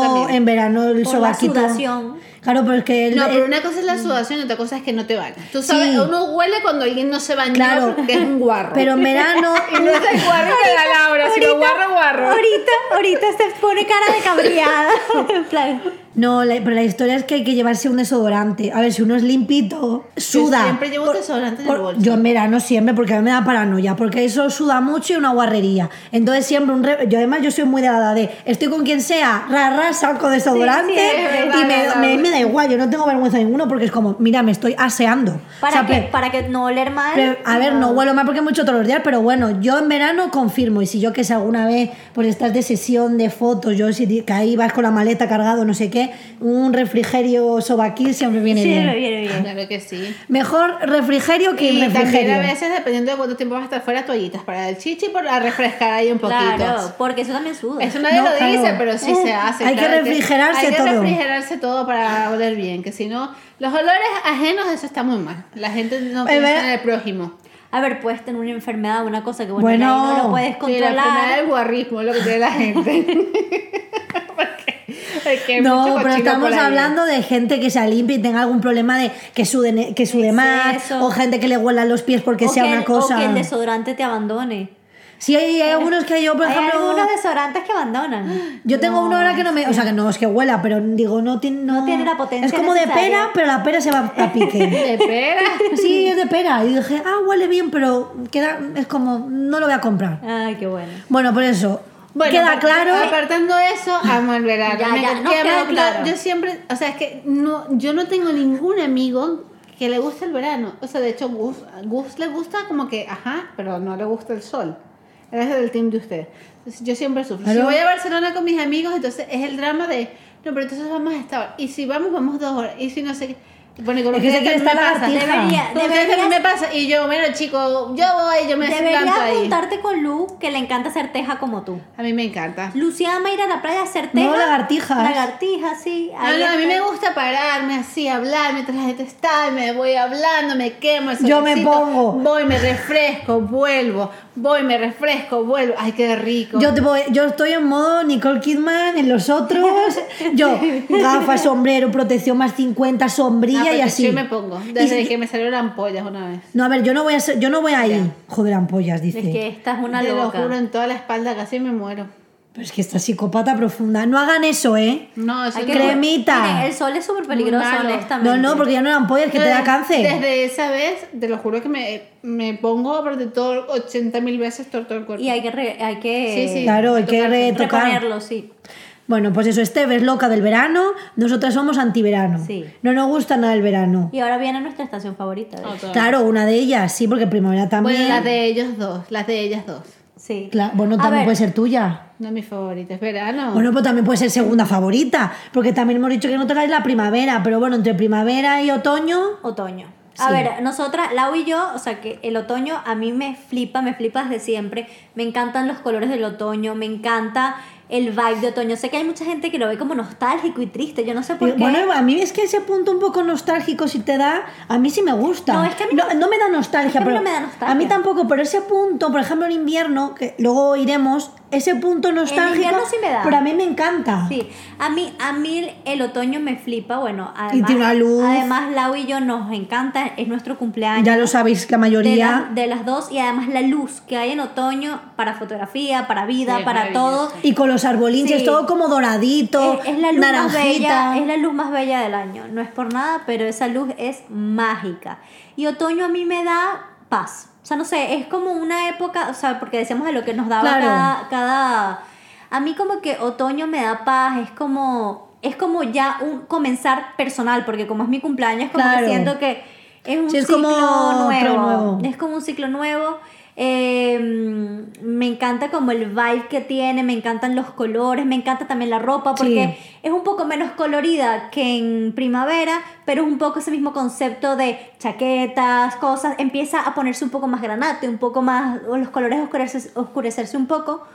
[SPEAKER 1] verano,
[SPEAKER 3] también.
[SPEAKER 1] en verano el
[SPEAKER 2] Por la
[SPEAKER 1] sobaquito.
[SPEAKER 2] sudación.
[SPEAKER 1] Claro, pero es que el-
[SPEAKER 3] No, pero
[SPEAKER 1] el- Mm.
[SPEAKER 3] una cosa es la sudación y otra cosa es que no te bañas. Tú sabes,
[SPEAKER 1] Sí.
[SPEAKER 3] uno huele cuando alguien no se baña
[SPEAKER 1] Claro.
[SPEAKER 3] porque es un guarro.
[SPEAKER 1] pero en verano
[SPEAKER 3] Y no es el guarro de la Laura, sino guarro, guarro.
[SPEAKER 2] Ahorita, ahorita se pone cara de cabreada. En plan,
[SPEAKER 1] No, la- pero la historia es que hay que llevarse un desodorante. A ver, si uno es limpito, suda.
[SPEAKER 3] siempre llevo un desodorante en el bolso.
[SPEAKER 1] Yo en verano siempre, porque a mí me da paranoia, porque eso suda mucho y una guarrería. Entonces siempre un... re- Yo además yo soy muy de la edad de, estoy con quien sea, ra, ra, saco desodorante
[SPEAKER 3] Sí, sí, es verdad,
[SPEAKER 1] y me,
[SPEAKER 3] verdad,
[SPEAKER 1] me-
[SPEAKER 3] verdad.
[SPEAKER 1] me da igual, yo no tengo vergüenza ninguno porque es como, mira, me estoy aseando.
[SPEAKER 2] ¿Para,
[SPEAKER 1] O sea,
[SPEAKER 2] que,
[SPEAKER 1] pre-
[SPEAKER 2] para que no oler mal.
[SPEAKER 1] Pero, a ver, no huelo mal porque mucho todos los días, pero bueno, yo en verano confirmo. Y si yo que sé alguna vez, pues estás de sesión de fotos, yo si di- que ahí vas con la maleta cargado, no sé qué, un refrigerio sobaquil siempre viene
[SPEAKER 2] Sí,
[SPEAKER 1] bien.
[SPEAKER 2] bien, bien, bien.
[SPEAKER 3] Claro que sí.
[SPEAKER 1] Mejor refrigerio que
[SPEAKER 3] Y también
[SPEAKER 1] refrigerio.
[SPEAKER 3] a veces, dependiendo de cuánto tiempo vas a estar fuera, toallitas para el chichi para refrescar ahí un poquito.
[SPEAKER 2] Claro, porque eso también suda.
[SPEAKER 3] Eso nadie
[SPEAKER 1] No,
[SPEAKER 3] lo
[SPEAKER 1] claro. Eh,
[SPEAKER 3] dice, pero sí se hace.
[SPEAKER 1] Hay que
[SPEAKER 3] claro
[SPEAKER 1] refrigerarse
[SPEAKER 3] Hay que
[SPEAKER 1] todo.
[SPEAKER 3] refrigerarse todo para oler bien, que si no, los olores ajenos, eso está muy mal. La gente no
[SPEAKER 1] Eh,
[SPEAKER 3] piensa
[SPEAKER 1] ve-
[SPEAKER 3] en el prójimo.
[SPEAKER 2] A ver, puedes tener una enfermedad, una cosa que bueno,
[SPEAKER 1] Bueno.
[SPEAKER 2] ya ahí no lo puedes
[SPEAKER 3] Sí, la enfermedad
[SPEAKER 2] controlar.
[SPEAKER 3] del guarrismo es lo que tiene la gente. Porque- porque hay mucho
[SPEAKER 1] No, pero
[SPEAKER 3] cochino
[SPEAKER 1] estamos
[SPEAKER 3] por ahí.
[SPEAKER 1] hablando de gente que sea limpia y tenga algún problema de que sude, que sude más,
[SPEAKER 2] Exceso.
[SPEAKER 1] o gente que le huelan los pies porque
[SPEAKER 2] O
[SPEAKER 1] sea
[SPEAKER 2] que el-
[SPEAKER 1] una cosa.
[SPEAKER 2] O que el desodorante te abandone.
[SPEAKER 1] Sí, hay, hay algunos que yo, por
[SPEAKER 2] Hay
[SPEAKER 1] ejemplo.
[SPEAKER 2] algunos desodorantes que abandonan.
[SPEAKER 1] Yo tengo una hora que no me. O sea, que no es que huela, pero digo, no tiene. No,
[SPEAKER 2] tiene la potencia
[SPEAKER 1] Es como
[SPEAKER 2] necesaria.
[SPEAKER 1] de pera, pero la pera se va a pique.
[SPEAKER 3] De pera.
[SPEAKER 1] sí, es de pera. Y dije, ah, huele bien, pero queda. Es como, no lo voy a comprar.
[SPEAKER 2] Ay, qué bueno.
[SPEAKER 1] Bueno, por eso.
[SPEAKER 3] Bueno,
[SPEAKER 1] queda
[SPEAKER 3] apart-
[SPEAKER 1] claro.
[SPEAKER 3] Apartando eso, amo el verano.
[SPEAKER 2] Ya,
[SPEAKER 3] Me
[SPEAKER 2] ya,
[SPEAKER 3] queda
[SPEAKER 2] no queda claro.
[SPEAKER 3] Yo siempre, o sea, es que no, yo no tengo ningún amigo que le guste el verano. O sea, de hecho, Gus, Gus le gusta como que, ajá, pero no le gusta el sol. Él es del team de usted. Entonces, yo siempre sufro. Si
[SPEAKER 1] Claro.
[SPEAKER 3] voy a Barcelona con mis amigos, entonces es el drama de, no, pero entonces vamos a esta hora. Y si vamos, vamos dos horas. Y si no sé qué. Bueno, y con
[SPEAKER 1] Es
[SPEAKER 3] ustedes
[SPEAKER 1] que se quiere
[SPEAKER 3] también
[SPEAKER 1] estar
[SPEAKER 3] me pasa.
[SPEAKER 1] lagartija.
[SPEAKER 2] Debería,
[SPEAKER 3] Con ustedes
[SPEAKER 2] deberías-
[SPEAKER 3] también me pasa. Y yo, bueno, chico, yo voy, yo me
[SPEAKER 2] Deberías
[SPEAKER 3] planto ahí.
[SPEAKER 2] juntarte con Lu, que le encanta hacer teja como tú.
[SPEAKER 3] A mí me encanta.
[SPEAKER 2] Lucía ama ir a la playa a hacer teja.
[SPEAKER 1] No, lagartijas.
[SPEAKER 2] Lagartijas, sí.
[SPEAKER 3] No,
[SPEAKER 2] Ahí
[SPEAKER 3] no, a mí
[SPEAKER 2] está.
[SPEAKER 3] me gusta pararme así, hablar mientras la gente está, y me voy hablando, me quemo. el
[SPEAKER 1] Yo me
[SPEAKER 3] solecito,
[SPEAKER 1] pongo.
[SPEAKER 3] Voy, me refresco, vuelvo. Voy, me refresco, vuelvo. Ay, qué rico.
[SPEAKER 1] Yo, te voy- yo estoy en modo Nicole Kidman en los otros. Yo, gafas, sombrero, protección más 50,
[SPEAKER 3] Ah,
[SPEAKER 1] sombrilla y
[SPEAKER 3] porque
[SPEAKER 1] así.
[SPEAKER 3] Yo me pongo, desde que me salieron ampollas una vez.
[SPEAKER 1] No, a ver, yo no voy a ser- yo no voy ahí. Joder, ampollas, dice.
[SPEAKER 2] Es que esta es una
[SPEAKER 3] te
[SPEAKER 2] loca.
[SPEAKER 3] lo juro, en toda la espalda casi me muero.
[SPEAKER 1] Pero es que esta psicópata profunda. No hagan eso, ¿eh?
[SPEAKER 3] No, eso
[SPEAKER 2] Hay
[SPEAKER 3] no-
[SPEAKER 2] que-
[SPEAKER 1] Cremita.
[SPEAKER 2] Miren, el sol es súper peligroso,
[SPEAKER 3] Muy malo.
[SPEAKER 2] honestamente.
[SPEAKER 1] No, no, porque ya no eran pollas, que te da
[SPEAKER 3] Desde-
[SPEAKER 1] cáncer.
[SPEAKER 3] Eh, Desde esa vez, te lo juro que me, me pongo a protector 80 mil veces todo, todo el cuerpo.
[SPEAKER 2] Y hay que, re- hay que
[SPEAKER 3] Sí, sí.
[SPEAKER 1] Claro, hay que
[SPEAKER 3] Retocarse,
[SPEAKER 1] retocar.
[SPEAKER 2] reponerlo, sí.
[SPEAKER 1] Bueno, pues eso, Esteve es loca del verano, nosotras somos antiverano.
[SPEAKER 2] Sí.
[SPEAKER 1] No nos gusta nada el verano.
[SPEAKER 2] Y ahora viene nuestra estación favorita. de
[SPEAKER 3] Oh,
[SPEAKER 2] hecho.
[SPEAKER 3] todo.
[SPEAKER 1] Claro, una de ellas, sí, porque primavera también.
[SPEAKER 3] Bueno, las de ellos dos, las de ellas dos.
[SPEAKER 2] Sí.
[SPEAKER 1] Cla- bueno,
[SPEAKER 2] A
[SPEAKER 1] también
[SPEAKER 2] ver,
[SPEAKER 1] puede ser tuya.
[SPEAKER 3] No es mi favorita, es verano.
[SPEAKER 1] Bueno, pues también puede ser segunda favorita, porque también hemos dicho que no traes la primavera, pero bueno, entre primavera y otoño,
[SPEAKER 2] Otoño. A
[SPEAKER 1] Sí.
[SPEAKER 2] ver, nosotras, Lau y yo, o sea que el otoño a mí me flipa, me flipa desde siempre. Me encantan los colores del otoño, me encanta el vibe de otoño. Sé que hay mucha gente que lo ve como nostálgico y triste, yo no sé por qué.
[SPEAKER 1] Bueno, a mí es que ese punto un poco nostálgico si te da, a mí sí me gusta.
[SPEAKER 2] No, es que a mí
[SPEAKER 1] no, no me da nostalgia,
[SPEAKER 2] a mí
[SPEAKER 1] pero
[SPEAKER 2] no me da nostalgia.
[SPEAKER 1] a mí tampoco, pero ese punto, por ejemplo en invierno, que luego iremos, ese punto nostálgico,
[SPEAKER 2] invierno sí me da.
[SPEAKER 1] pero a mí me encanta.
[SPEAKER 2] Sí, a mí, a mí el, el otoño me flipa, bueno, además,
[SPEAKER 1] tiene una luz.
[SPEAKER 2] además Lau y yo nos encanta, es nuestro cumpleaños.
[SPEAKER 1] Ya lo sabéis la
[SPEAKER 2] de,
[SPEAKER 1] mayoría.
[SPEAKER 2] las- de las dos y además la luz que hay en otoño para fotografía, para vida,
[SPEAKER 3] Sí,
[SPEAKER 2] para todo.
[SPEAKER 3] maravilloso.
[SPEAKER 1] Y con los arbolinches,
[SPEAKER 2] Sí.
[SPEAKER 1] todo como doradito,
[SPEAKER 2] Es, es la luz más
[SPEAKER 1] naranjita.
[SPEAKER 2] bella, es la luz más bella del año. No es por nada, pero esa luz es mágica. Y otoño a mí me da paz. O sea, no sé, es como una época, o sea, porque decíamos de lo que nos daba
[SPEAKER 1] Claro.
[SPEAKER 2] cada, cada- A mí como que otoño me da paz, es como es como ya un comenzar personal, porque como es mi cumpleaños, como que
[SPEAKER 1] Claro.
[SPEAKER 2] siento que es un
[SPEAKER 1] Sí, es
[SPEAKER 2] ciclo
[SPEAKER 1] como otro
[SPEAKER 2] nuevo.
[SPEAKER 1] nuevo.
[SPEAKER 2] Es como un ciclo nuevo. Eh, me encanta como el vibe que tiene, me encantan los colores, me encanta también la ropa porque es un poco menos colorida que en primavera, pero es un poco ese mismo concepto de chaquetas, cosas, empieza a ponerse un poco más granate, un poco más, o los colores oscurecerse, oscurecerse un poco,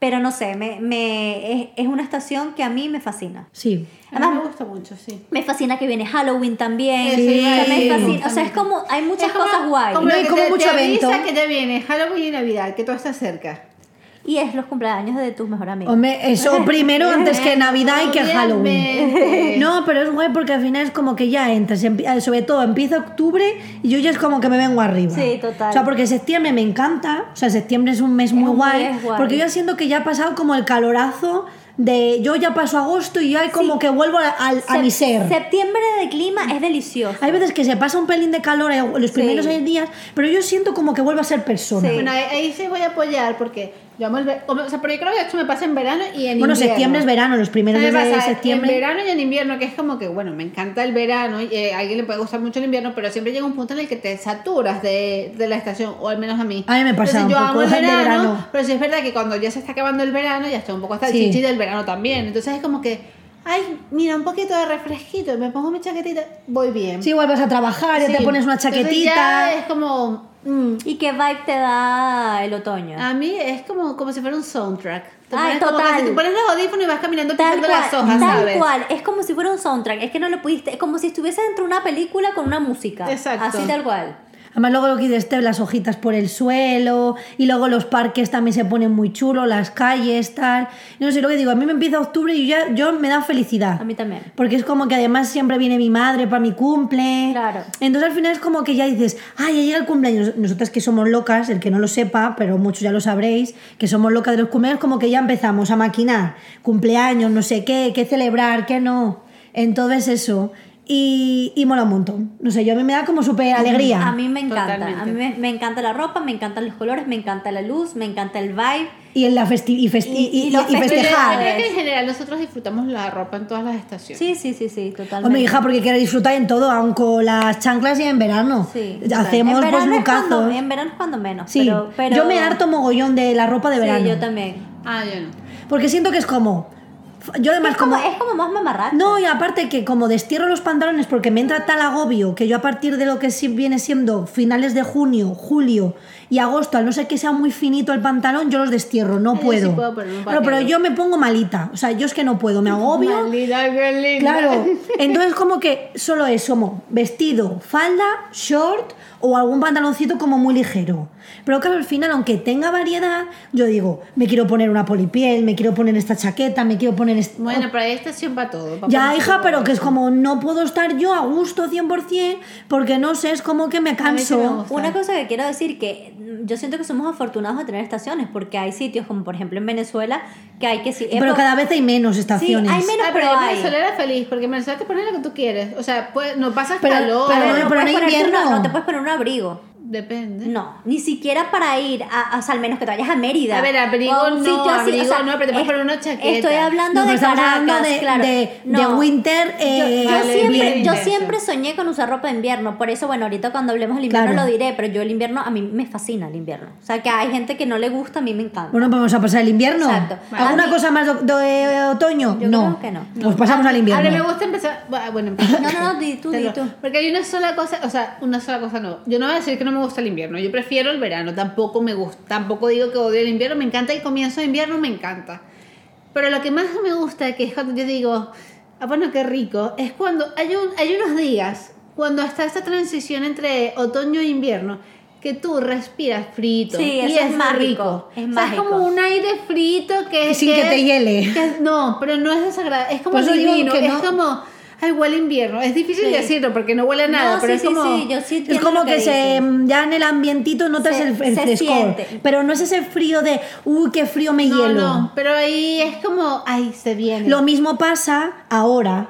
[SPEAKER 2] pero no sé, me, me, es, es una estación que a mí me fascina.
[SPEAKER 1] Sí.
[SPEAKER 3] A mí me gusta mucho, sí.
[SPEAKER 2] Me fascina que viene Halloween también.
[SPEAKER 3] Sí.
[SPEAKER 2] o sea, me
[SPEAKER 1] Sí.
[SPEAKER 2] fascina, o sea, es como, hay muchas
[SPEAKER 3] Es como-
[SPEAKER 2] cosas guay.
[SPEAKER 3] Como,
[SPEAKER 1] No
[SPEAKER 3] lo
[SPEAKER 1] hay
[SPEAKER 3] que
[SPEAKER 1] como
[SPEAKER 3] te,
[SPEAKER 1] mucho
[SPEAKER 3] te avisa
[SPEAKER 1] evento.
[SPEAKER 3] que ya viene Halloween y Navidad, que todo está cerca.
[SPEAKER 2] Y es los cumpleaños de tus mejores amigos.
[SPEAKER 1] Hombre, eso primero antes que Navidad y que
[SPEAKER 3] Obviamente. Pues.
[SPEAKER 1] Halloween. No, pero es guay porque al final es como que ya entras, empi- eh, sobre todo empieza octubre y yo ya es como que me vengo arriba.
[SPEAKER 2] Sí, total.
[SPEAKER 1] O sea, porque septiembre me encanta, o sea, septiembre es un mes muy
[SPEAKER 2] un
[SPEAKER 1] guay,
[SPEAKER 2] mes guay.
[SPEAKER 1] porque yo siento que ya ha pasado como el calorazo de yo ya paso agosto y ya como
[SPEAKER 2] Sí.
[SPEAKER 1] que vuelvo a, al- a
[SPEAKER 2] Sep-
[SPEAKER 1] mi ser.
[SPEAKER 2] Septiembre de clima es delicioso.
[SPEAKER 1] Hay veces que se pasa un pelín de calor eh, los primeros
[SPEAKER 2] Sí.
[SPEAKER 1] seis días, pero yo siento como que vuelvo a ser persona.
[SPEAKER 2] Sí.
[SPEAKER 1] Bueno,
[SPEAKER 3] Bueno, ahí, ahí sí voy a apoyar porque yo amo el ver- O sea, pero yo creo que esto me pasa en verano y en invierno.
[SPEAKER 1] septiembre es verano, los primeros
[SPEAKER 3] ¿Sabes?
[SPEAKER 1] días
[SPEAKER 3] O
[SPEAKER 1] de
[SPEAKER 3] sea, En
[SPEAKER 1] septiembre.
[SPEAKER 3] verano y en invierno, que es como que, bueno, me encanta el verano, y, eh, a alguien le puede gustar mucho el invierno, pero siempre llega un punto en el que te saturas de, de la estación, o al menos a mí.
[SPEAKER 1] A mí me pasa
[SPEAKER 3] Entonces,
[SPEAKER 1] un
[SPEAKER 3] yo
[SPEAKER 1] poco
[SPEAKER 3] amo el
[SPEAKER 1] el
[SPEAKER 3] verano,
[SPEAKER 1] verano.
[SPEAKER 3] pero sí es verdad que cuando ya se está acabando el verano, ya estoy un poco hasta
[SPEAKER 1] Sí.
[SPEAKER 3] el chichi del verano también. Entonces es como que, ay, mira, un poquito de refresquito, me pongo mi chaquetita, voy bien.
[SPEAKER 1] Sí, vuelves a trabajar, ya
[SPEAKER 3] Sí.
[SPEAKER 1] te pones una
[SPEAKER 3] Entonces,
[SPEAKER 1] chaquetita.
[SPEAKER 3] ya es como... mm,
[SPEAKER 2] ¿Y qué vibe te da el otoño?
[SPEAKER 3] a mí es como, como si fuera un soundtrack. Te
[SPEAKER 2] Ay,
[SPEAKER 3] pones como
[SPEAKER 2] total.
[SPEAKER 3] que si te pones los audífonos y vas caminando
[SPEAKER 2] Tal
[SPEAKER 3] pisando
[SPEAKER 2] cual,
[SPEAKER 3] las hojas,
[SPEAKER 2] tal
[SPEAKER 3] ¿sabes?
[SPEAKER 2] cual, es como si fuera un soundtrack, es que no lo pudiste, es como si estuviese dentro de una película con una música.
[SPEAKER 3] Exacto.
[SPEAKER 2] Así tal cual.
[SPEAKER 1] Además, luego lo que dices, te- las hojitas por el suelo, y luego los parques también se ponen muy chulos, las calles, tal. No sé lo que digo, a mí me empieza octubre y yo ya, yo me da felicidad.
[SPEAKER 2] A mí también.
[SPEAKER 1] Porque es como que además siempre viene mi madre para mi cumple.
[SPEAKER 2] Claro.
[SPEAKER 1] Entonces al final es como que ya dices, ay, ya llega el cumpleaños. Nosotras que somos locas, el que no lo sepa, pero muchos ya lo sabréis, que somos locas de los cumpleaños, como que ya empezamos a maquinar cumpleaños, no sé qué, qué celebrar, qué no. Entonces eso. Y, y mola un montón. No sé, yo a mí me da como súper alegría.
[SPEAKER 2] A mí me encanta,
[SPEAKER 3] Totalmente.
[SPEAKER 2] a mí me, me encanta la ropa, me encantan los colores, me encanta la luz, me encanta el vibe.
[SPEAKER 1] Y en la festi- y, festi-
[SPEAKER 2] Y-
[SPEAKER 1] y-
[SPEAKER 2] y los
[SPEAKER 1] y
[SPEAKER 3] Pero
[SPEAKER 1] festejar.
[SPEAKER 3] yo creo que en general nosotros disfrutamos la ropa en todas las estaciones.
[SPEAKER 2] Sí, sí, sí, sí, totalmente.
[SPEAKER 1] Hombre, hija, porque quiero disfrutar en todo, aun con las chanclas y en verano.
[SPEAKER 2] Sí.
[SPEAKER 1] Hacemos
[SPEAKER 2] En
[SPEAKER 1] pues
[SPEAKER 2] verano es
[SPEAKER 1] bucazos.
[SPEAKER 2] cuando- En verano es cuando menos.
[SPEAKER 1] Sí,
[SPEAKER 2] pero, pero-
[SPEAKER 1] yo me harto mogollón de la ropa de verano.
[SPEAKER 2] Sí, yo también.
[SPEAKER 3] Ah, yo no.
[SPEAKER 1] porque siento que es como. Yo además
[SPEAKER 2] Es como,
[SPEAKER 1] como.
[SPEAKER 2] es como más mamarracho.
[SPEAKER 1] No, y aparte que como destierro los pantalones porque me entra tal agobio que yo a partir de lo que sí viene siendo finales de junio, julio y agosto, al no ser que sea muy finito el pantalón, yo los destierro, no
[SPEAKER 3] Ay, yo sí
[SPEAKER 1] puedo.
[SPEAKER 3] puedo ponerme un
[SPEAKER 1] Claro, pero
[SPEAKER 3] vaquero.
[SPEAKER 1] yo me pongo malita, o sea, yo es que no puedo, me agobio.
[SPEAKER 3] Maldita, qué linda.
[SPEAKER 1] Claro, entonces como que solo es como vestido, falda, short o algún pantaloncito como muy ligero. Pero claro, al final, aunque tenga variedad, yo digo, me quiero poner una polipiel, me quiero poner esta chaqueta, me quiero poner... est- oh,
[SPEAKER 3] Bueno, pero hay estación para todo.
[SPEAKER 2] pues
[SPEAKER 3] pa'
[SPEAKER 1] ya,
[SPEAKER 3] ponerse
[SPEAKER 1] hija,
[SPEAKER 3] todo.
[SPEAKER 1] pero que es como no puedo estar yo a gusto 100% porque no sé, es como que me
[SPEAKER 3] mí sí me
[SPEAKER 1] canso.
[SPEAKER 3] gusta.
[SPEAKER 2] Una cosa que quiero decir que mm, yo siento que somos afortunados de tener estaciones porque hay sitios como por ejemplo en Venezuela que hay que sí.
[SPEAKER 1] Pero
[SPEAKER 2] epo-
[SPEAKER 1] cada vez hay menos estaciones.
[SPEAKER 2] hay menos-
[SPEAKER 3] Ah, pero,
[SPEAKER 2] pero
[SPEAKER 3] en
[SPEAKER 2] hay.
[SPEAKER 3] Venezuela era feliz, porque en Venezuela te pones lo que tú quieres. O sea, pues, no pasas
[SPEAKER 1] Pero-
[SPEAKER 3] calor.
[SPEAKER 1] pero no-
[SPEAKER 2] no,
[SPEAKER 1] pero no
[SPEAKER 2] puedes ponerte
[SPEAKER 1] invierno.
[SPEAKER 2] una- no te puedes poner un abrigo.
[SPEAKER 3] Depende.
[SPEAKER 2] No, ni siquiera para ir, a, o sea, al menos que te vayas a Mérida.
[SPEAKER 3] A ver, abrigo
[SPEAKER 2] o a un
[SPEAKER 3] no,
[SPEAKER 2] sitio así,
[SPEAKER 3] abrigo no, pero te puedes
[SPEAKER 2] es-
[SPEAKER 3] poner una chaqueta.
[SPEAKER 2] Estoy
[SPEAKER 1] No,
[SPEAKER 2] hablando
[SPEAKER 1] pero
[SPEAKER 2] de
[SPEAKER 1] estamos
[SPEAKER 2] Caracas,
[SPEAKER 1] hablando de,
[SPEAKER 2] claro.
[SPEAKER 1] de-
[SPEAKER 2] No.
[SPEAKER 1] de winter. eh,
[SPEAKER 2] Yo
[SPEAKER 3] Vale,
[SPEAKER 2] siempre,
[SPEAKER 3] bien
[SPEAKER 2] yo
[SPEAKER 3] intenso.
[SPEAKER 2] siempre soñé con usar ropa de invierno, por eso, bueno, ahorita cuando hablemos del invierno
[SPEAKER 1] Claro.
[SPEAKER 2] lo diré, pero yo el invierno, a mí me fascina el invierno. O sea, que hay gente que no le gusta, a mí me encanta.
[SPEAKER 1] Bueno, pues vamos a pasar el invierno.
[SPEAKER 2] Exacto.
[SPEAKER 1] ¿Alguna
[SPEAKER 2] A mí-
[SPEAKER 1] cosa más de, de otoño?
[SPEAKER 2] Yo
[SPEAKER 1] no.
[SPEAKER 2] creo que no.
[SPEAKER 1] Pues pasamos al invierno.
[SPEAKER 3] Ahora me gusta empezar. bu- ah, Bueno,
[SPEAKER 2] no,
[SPEAKER 3] empezar.
[SPEAKER 2] no, no, di tú,
[SPEAKER 3] Te
[SPEAKER 2] di
[SPEAKER 3] lo-
[SPEAKER 2] tú.
[SPEAKER 3] Porque hay una sola cosa, o sea, una sola cosa no. Yo no voy a decir que no me gusta el invierno, yo prefiero el verano, tampoco me gusta, tampoco digo que odio el invierno, me encanta el comienzo de invierno, me encanta. Pero lo que más me gusta, que es cuando yo digo, ah, bueno, qué rico, es cuando hay, un, hay unos días, cuando está esta transición entre otoño e invierno, que tú respiras frito.
[SPEAKER 2] Sí,
[SPEAKER 3] y
[SPEAKER 2] eso es mágico,
[SPEAKER 3] rico.
[SPEAKER 2] es
[SPEAKER 3] O sea,
[SPEAKER 2] mágico.
[SPEAKER 3] como un aire frito que
[SPEAKER 1] Sin que te hiele.
[SPEAKER 3] que es- no, pero no es desagradable. Es como
[SPEAKER 1] Por eso digo
[SPEAKER 3] divino,
[SPEAKER 1] que
[SPEAKER 3] es
[SPEAKER 1] no-
[SPEAKER 3] como. Ay, huele invierno. Es difícil
[SPEAKER 2] Sí.
[SPEAKER 3] decirlo porque no huele a nada,
[SPEAKER 2] No,
[SPEAKER 3] pero
[SPEAKER 2] sí,
[SPEAKER 3] es
[SPEAKER 2] sí,
[SPEAKER 3] como.
[SPEAKER 2] sí, yo sí
[SPEAKER 1] Es
[SPEAKER 2] entiendo
[SPEAKER 1] como
[SPEAKER 2] lo
[SPEAKER 1] que, se, em,
[SPEAKER 2] dices.
[SPEAKER 1] ya en el ambientito notas
[SPEAKER 2] Se-
[SPEAKER 1] el, el
[SPEAKER 2] se
[SPEAKER 1] frescor.
[SPEAKER 2] siente.
[SPEAKER 1] Pero no es ese frío de, uy, qué frío me
[SPEAKER 3] No,
[SPEAKER 1] hielo.
[SPEAKER 3] no, pero ahí es como. Ay, se viene.
[SPEAKER 1] Lo mismo pasa ahora,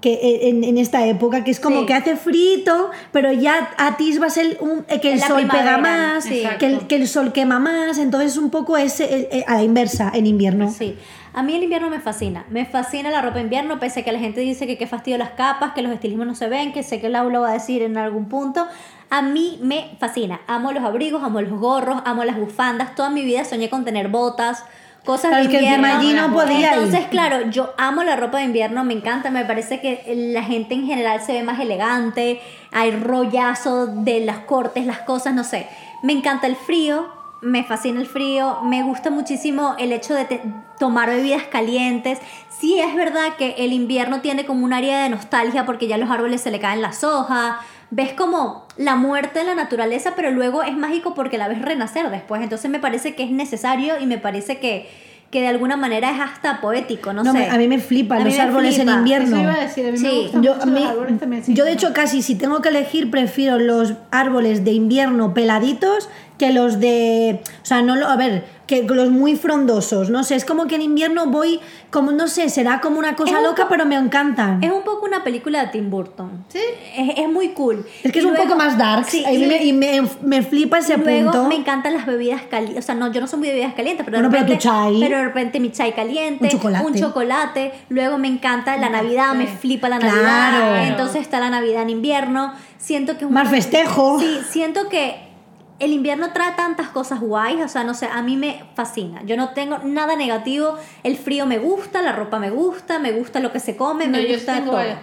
[SPEAKER 1] que e- en, en esta época, que es como
[SPEAKER 2] Sí.
[SPEAKER 1] que hace frito, pero ya atisbas el, un- eh, que el
[SPEAKER 2] La
[SPEAKER 1] sol pega
[SPEAKER 2] primavera,
[SPEAKER 1] más,
[SPEAKER 3] sí.
[SPEAKER 1] que, el,
[SPEAKER 3] Exacto.
[SPEAKER 1] que el sol quema más. Entonces, un poco es eh, eh, a la inversa en invierno.
[SPEAKER 2] Sí, a mí el invierno me fascina. Me fascina la ropa de invierno, pese a que la gente dice que qué fastidio las capas, que los estilismos no se ven, que sé que Lau lo va a decir en algún punto. A mí me fascina. Amo los abrigos, amo los gorros, amo las bufandas. Toda mi vida soñé con tener botas, cosas
[SPEAKER 1] Claro,
[SPEAKER 2] de
[SPEAKER 1] es que encima
[SPEAKER 2] invierno.
[SPEAKER 1] allí no podía ir.
[SPEAKER 2] Entonces, claro, yo amo la ropa de invierno, me encanta, me parece que la gente en general se ve más elegante, hay rollazo de las cortes, las cosas, no sé. Me encanta el frío, me fascina el frío, me gusta muchísimo el hecho de te- tomar bebidas calientes. Sí es verdad que el invierno tiene como un área de nostalgia porque ya los árboles se le caen las hojas, ves como la muerte de la naturaleza, pero luego es mágico porque la ves renacer después. Entonces me parece que es necesario y me parece que que de alguna manera es hasta poético, no,
[SPEAKER 1] No,
[SPEAKER 2] sé.
[SPEAKER 1] me- a mí me flipan
[SPEAKER 2] A mí
[SPEAKER 1] los
[SPEAKER 2] me
[SPEAKER 1] árboles
[SPEAKER 2] flipa.
[SPEAKER 1] en invierno.
[SPEAKER 3] Eso iba a decir, a mí me
[SPEAKER 2] Sí.
[SPEAKER 3] gustan
[SPEAKER 1] Yo,
[SPEAKER 3] mucho
[SPEAKER 1] a mí-
[SPEAKER 3] los árboles también. sí,
[SPEAKER 1] yo de
[SPEAKER 3] me
[SPEAKER 1] hecho casi si tengo que elegir prefiero los árboles de invierno peladitos que los de. O sea, no lo. A ver, que los muy frondosos. No sé, es como que en invierno voy. Como, no sé, será como una cosa
[SPEAKER 2] un
[SPEAKER 1] loca, pero me encantan.
[SPEAKER 2] Es un poco una película de Tim Burton.
[SPEAKER 3] Sí.
[SPEAKER 2] Es, es muy cool.
[SPEAKER 1] Es que es
[SPEAKER 2] Y
[SPEAKER 1] un
[SPEAKER 2] luego-
[SPEAKER 1] poco más dark.
[SPEAKER 2] Sí,
[SPEAKER 1] y
[SPEAKER 2] y
[SPEAKER 1] me, y me- me flipa ese
[SPEAKER 2] Luego
[SPEAKER 1] punto.
[SPEAKER 2] me encantan las bebidas calientes. O sea, no, yo no soy muy de bebidas calientes, pero de,
[SPEAKER 1] Bueno, pero tu
[SPEAKER 2] repente,
[SPEAKER 1] chai.
[SPEAKER 2] pero de repente mi chai caliente,
[SPEAKER 1] Un chocolate.
[SPEAKER 2] chocolate. Luego me encanta la Navidad, me flipa la
[SPEAKER 1] Claro.
[SPEAKER 2] Navidad. Entonces está la Navidad en invierno. Siento que es un-
[SPEAKER 1] Más festejo.
[SPEAKER 2] Sí, siento que el invierno trae tantas cosas guays. O sea, no sé, a mí me fascina. Yo no tengo nada negativo. El frío me gusta, la ropa me gusta, me gusta lo que se come,
[SPEAKER 3] No,
[SPEAKER 2] me
[SPEAKER 3] yo
[SPEAKER 2] gusta
[SPEAKER 3] tengo
[SPEAKER 2] todo.
[SPEAKER 3] varias.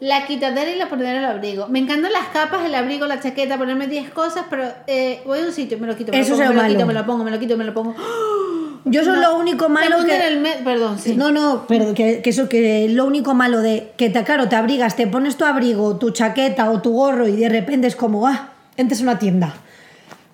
[SPEAKER 3] La quitadera y la ponedera del abrigo. Me encantan las capas, el abrigo, la chaqueta, ponerme 10 cosas, pero eh, voy a un sitio, me lo quito, me
[SPEAKER 1] Eso es
[SPEAKER 3] lo pongo,
[SPEAKER 1] lo
[SPEAKER 3] me lo quito,
[SPEAKER 1] malo.
[SPEAKER 3] me lo pongo, me lo quito, me lo pongo.
[SPEAKER 1] Yo soy lo único
[SPEAKER 3] Me
[SPEAKER 1] malo
[SPEAKER 3] hundo en
[SPEAKER 1] que.
[SPEAKER 3] el me- Perdón, sí.
[SPEAKER 1] No, no, pero que, que eso, que lo único malo de que te, claro, te abrigas, te pones tu abrigo, tu chaqueta o tu gorro y de repente es como, ah, entres a una tienda.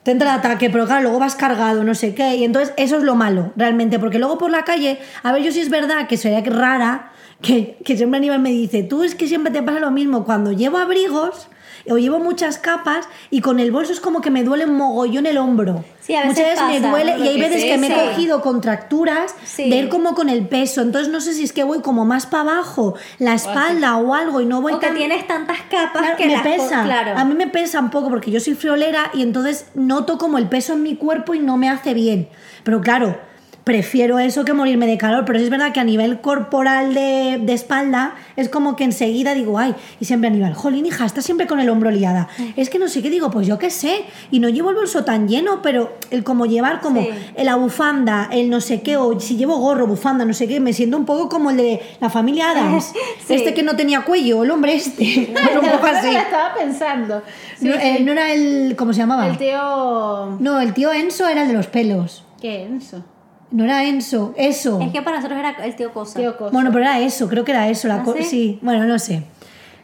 [SPEAKER 1] Te entra el ataque, pero claro, luego vas cargado, no sé qué. Y entonces eso es lo malo, realmente. Porque luego por la calle, a ver, yo sí es verdad que sería rara, que, que siempre Aníbal me dice, tú es que siempre te pasa lo mismo. Cuando llevo abrigos o llevo muchas capas y con el bolso es como que me duele un mogollón el hombro.
[SPEAKER 2] Sí, a veces
[SPEAKER 1] muchas veces
[SPEAKER 2] pasa,
[SPEAKER 1] me duele
[SPEAKER 3] ¿no?
[SPEAKER 1] y hay
[SPEAKER 3] Lo que
[SPEAKER 1] veces
[SPEAKER 3] es
[SPEAKER 1] que me he
[SPEAKER 2] eso.
[SPEAKER 1] cogido contracturas
[SPEAKER 2] Sí.
[SPEAKER 1] de ir como con el peso. Entonces no sé si es que voy como más para abajo, la espalda o algo y no voy
[SPEAKER 2] O que
[SPEAKER 1] tan-
[SPEAKER 2] tienes tantas capas
[SPEAKER 1] Claro,
[SPEAKER 2] que
[SPEAKER 1] me
[SPEAKER 2] las co-
[SPEAKER 1] pesa.
[SPEAKER 2] Claro.
[SPEAKER 1] A mí me pesa un poco porque yo soy friolera y entonces noto como el peso en mi cuerpo y no me hace bien. Pero claro, prefiero eso que morirme de calor. Pero sí es verdad que a nivel corporal de, de espalda es como que enseguida digo, ay, y siempre Aníbal, jolín, hija, estás siempre con el hombro liada. Es que no sé qué digo, pues yo qué sé. Y no llevo el bolso tan lleno, pero el como llevar como
[SPEAKER 2] Sí.
[SPEAKER 1] la bufanda, el no sé qué, o si llevo gorro, bufanda, no sé qué, me siento un poco como el de la familia Adams.
[SPEAKER 2] Sí.
[SPEAKER 1] Este que no tenía cuello, el hombre este. Bueno, un poco así.
[SPEAKER 3] Lo estaba pensando. Sí,
[SPEAKER 1] no, eh, no era el. ¿Cómo se llamaba?
[SPEAKER 3] El tío.
[SPEAKER 1] No, el tío Enzo era el de los pelos.
[SPEAKER 3] ¿Qué? Enzo.
[SPEAKER 1] No era Enzo, eso.
[SPEAKER 2] Es que para nosotros era el tío Cosa.
[SPEAKER 3] Tío Cosa.
[SPEAKER 1] Bueno, pero era eso, creo que era eso. La
[SPEAKER 2] ¿Ah,
[SPEAKER 1] co-
[SPEAKER 2] sí?
[SPEAKER 1] sí, bueno, no sé.